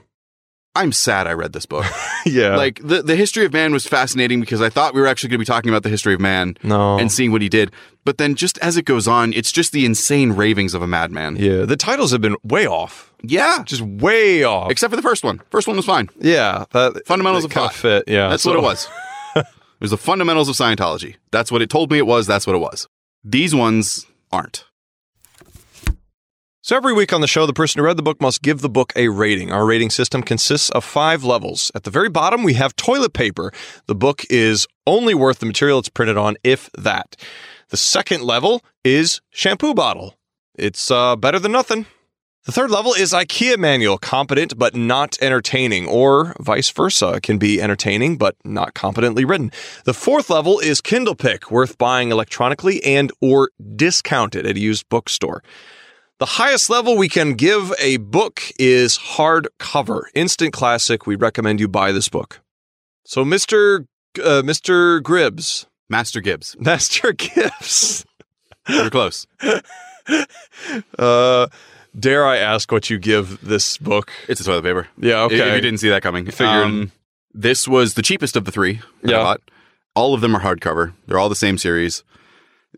Speaker 2: i'm sad i read this book
Speaker 1: yeah.
Speaker 2: like the, the history of man was fascinating because i thought we were actually going to be talking about the history of man
Speaker 1: no.
Speaker 2: and seeing what he did but then just as it goes on it's just the insane ravings of a madman
Speaker 1: yeah. The titles have been way off.
Speaker 2: yeah
Speaker 1: Just way off.
Speaker 2: except for the first one first one was fine
Speaker 1: yeah. That
Speaker 2: Fundamentals
Speaker 1: that
Speaker 2: of
Speaker 1: kinda
Speaker 2: Plot.
Speaker 1: fit. Yeah.
Speaker 2: That's
Speaker 1: so-
Speaker 2: what it was. it was the fundamentals of Scientology. That's what it told me it was. That's what it was. These ones aren't.
Speaker 1: So every week on the show, the person who read the book must give the book a rating. Our rating system consists of five levels. At the very bottom, we have toilet paper. The book is only worth the material it's printed on, if that. The second level is shampoo bottle. It's uh, better than nothing. The third level is IKEA manual, competent but not entertaining, or vice versa, It can be entertaining but not competently written. The fourth level is Kindle Pick, worth buying electronically and or discounted at a used bookstore. The highest level we can give a book is hardcover, instant classic. We recommend you buy this book. So, Mister uh, Mister Gribbs,
Speaker 2: Master Gibbs.
Speaker 1: Master Gibbs.
Speaker 2: We We're close.
Speaker 1: Uh, dare I ask what you give this book?
Speaker 2: It's a toilet paper.
Speaker 1: Yeah,
Speaker 2: If- If you didn't see that coming, Um,
Speaker 1: Figured.
Speaker 2: this was the cheapest of the three. that I
Speaker 1: Yeah.
Speaker 2: bought. All of them are hardcover. They're all the same series.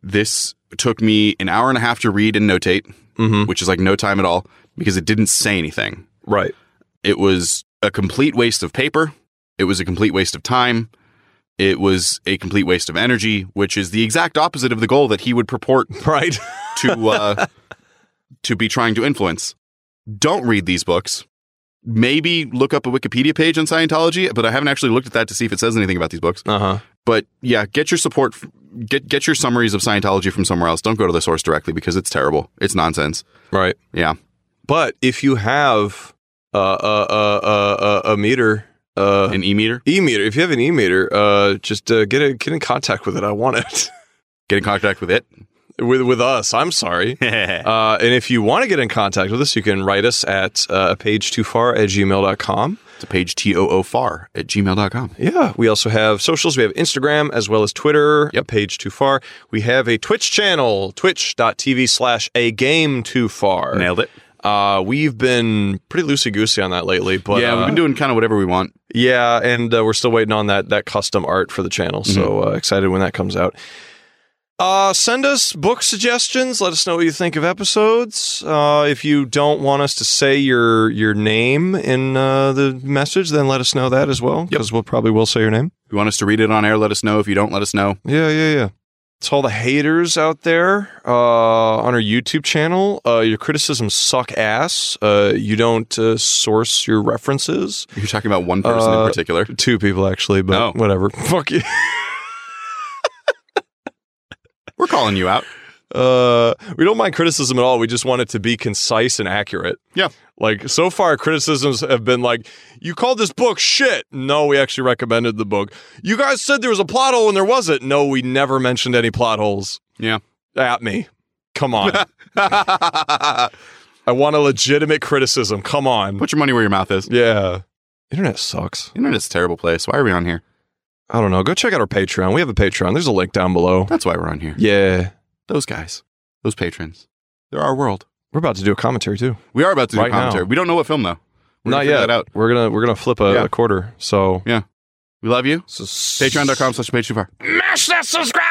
Speaker 2: This took me an hour and a half to read and notate,
Speaker 1: Mm-hmm.
Speaker 2: which is like no time at all because it didn't say anything.
Speaker 1: Right.
Speaker 2: It was a complete waste of paper. It was a complete waste of time. It was a complete waste of energy, which is the exact opposite of the goal that he would purport
Speaker 1: Right.
Speaker 2: to uh, to be trying to influence. Don't read these books. Maybe look up a Wikipedia page on Scientology, but I haven't actually looked at that to see if it says anything about these books.
Speaker 1: Uh huh.
Speaker 2: But yeah, get your support, f- get get your summaries of Scientology from somewhere else. Don't go to the source directly because it's terrible. It's nonsense.
Speaker 1: Right.
Speaker 2: Yeah.
Speaker 1: But if you have uh, uh, uh, uh, uh, a meter, uh,
Speaker 2: An e meter.
Speaker 1: e meter, if you have an e meter, uh, just uh, get a, get in contact with it. I want it
Speaker 2: Get in contact with it.
Speaker 1: with with us. I'm sorry. Uh, and if you want to get in contact with us, you can write us at uh, page too far at gmail.com.
Speaker 2: to page toofar at gmail.com.
Speaker 1: Yeah, we also have socials. We have Instagram as well as Twitter. Yep. Page too far. We have a Twitch channel, twitch.tv slash a game too far.
Speaker 2: it.
Speaker 1: Uh, we've been pretty loosey goosey on that lately, but
Speaker 2: yeah,
Speaker 1: uh,
Speaker 2: we've been doing kind of whatever we want.
Speaker 1: yeah, and uh, we're still waiting on that that custom art for the channel. So uh, excited when that comes out. Uh, send us book suggestions. Let us know what you think of episodes. Uh, if you don't want us to say your your name in uh, the message, then let us know that as well because we'll probably will say your name.
Speaker 2: If you want us to read it on air, let us know. If you don't, let us know.
Speaker 1: Yeah, yeah, yeah. To all the haters out there uh, on our YouTube channel, uh, your criticisms suck ass. Uh, you don't uh, source your references.
Speaker 2: You're talking about one person
Speaker 1: Uh,
Speaker 2: in particular.
Speaker 1: Two people actually, but
Speaker 2: Oh.
Speaker 1: whatever. Fuck you.
Speaker 2: We're calling you out.
Speaker 1: Uh, we don't mind criticism at all. We just want it to be concise and accurate.
Speaker 2: Yeah.
Speaker 1: Like so far, criticisms have been like, "You called this book shit." No, we actually recommended the book. You guys said there was a plot hole and there wasn't. No, we never mentioned any plot holes.
Speaker 2: Yeah.
Speaker 1: At me. Come on. I want a legitimate criticism. Come on.
Speaker 2: Put your money where your mouth is.
Speaker 1: Yeah. Internet sucks.
Speaker 2: Internet's a terrible place. Why are we on here?
Speaker 1: I don't know. Go check out our Patreon. We have a Patreon. There's a link down below.
Speaker 2: That's why we're on here.
Speaker 1: Yeah.
Speaker 2: Those guys, those patrons, they're our world.
Speaker 1: We're about to do a commentary too.
Speaker 2: We are about to do
Speaker 1: Right now.
Speaker 2: commentary. We don't know what film though. We're gonna
Speaker 1: Not
Speaker 2: figure
Speaker 1: yet.
Speaker 2: That out.
Speaker 1: We're gonna we're gonna flip a,
Speaker 2: Yeah.
Speaker 1: a quarter. So
Speaker 2: We love you.
Speaker 1: Patreon.com.
Speaker 2: Patreon.com slash page too far.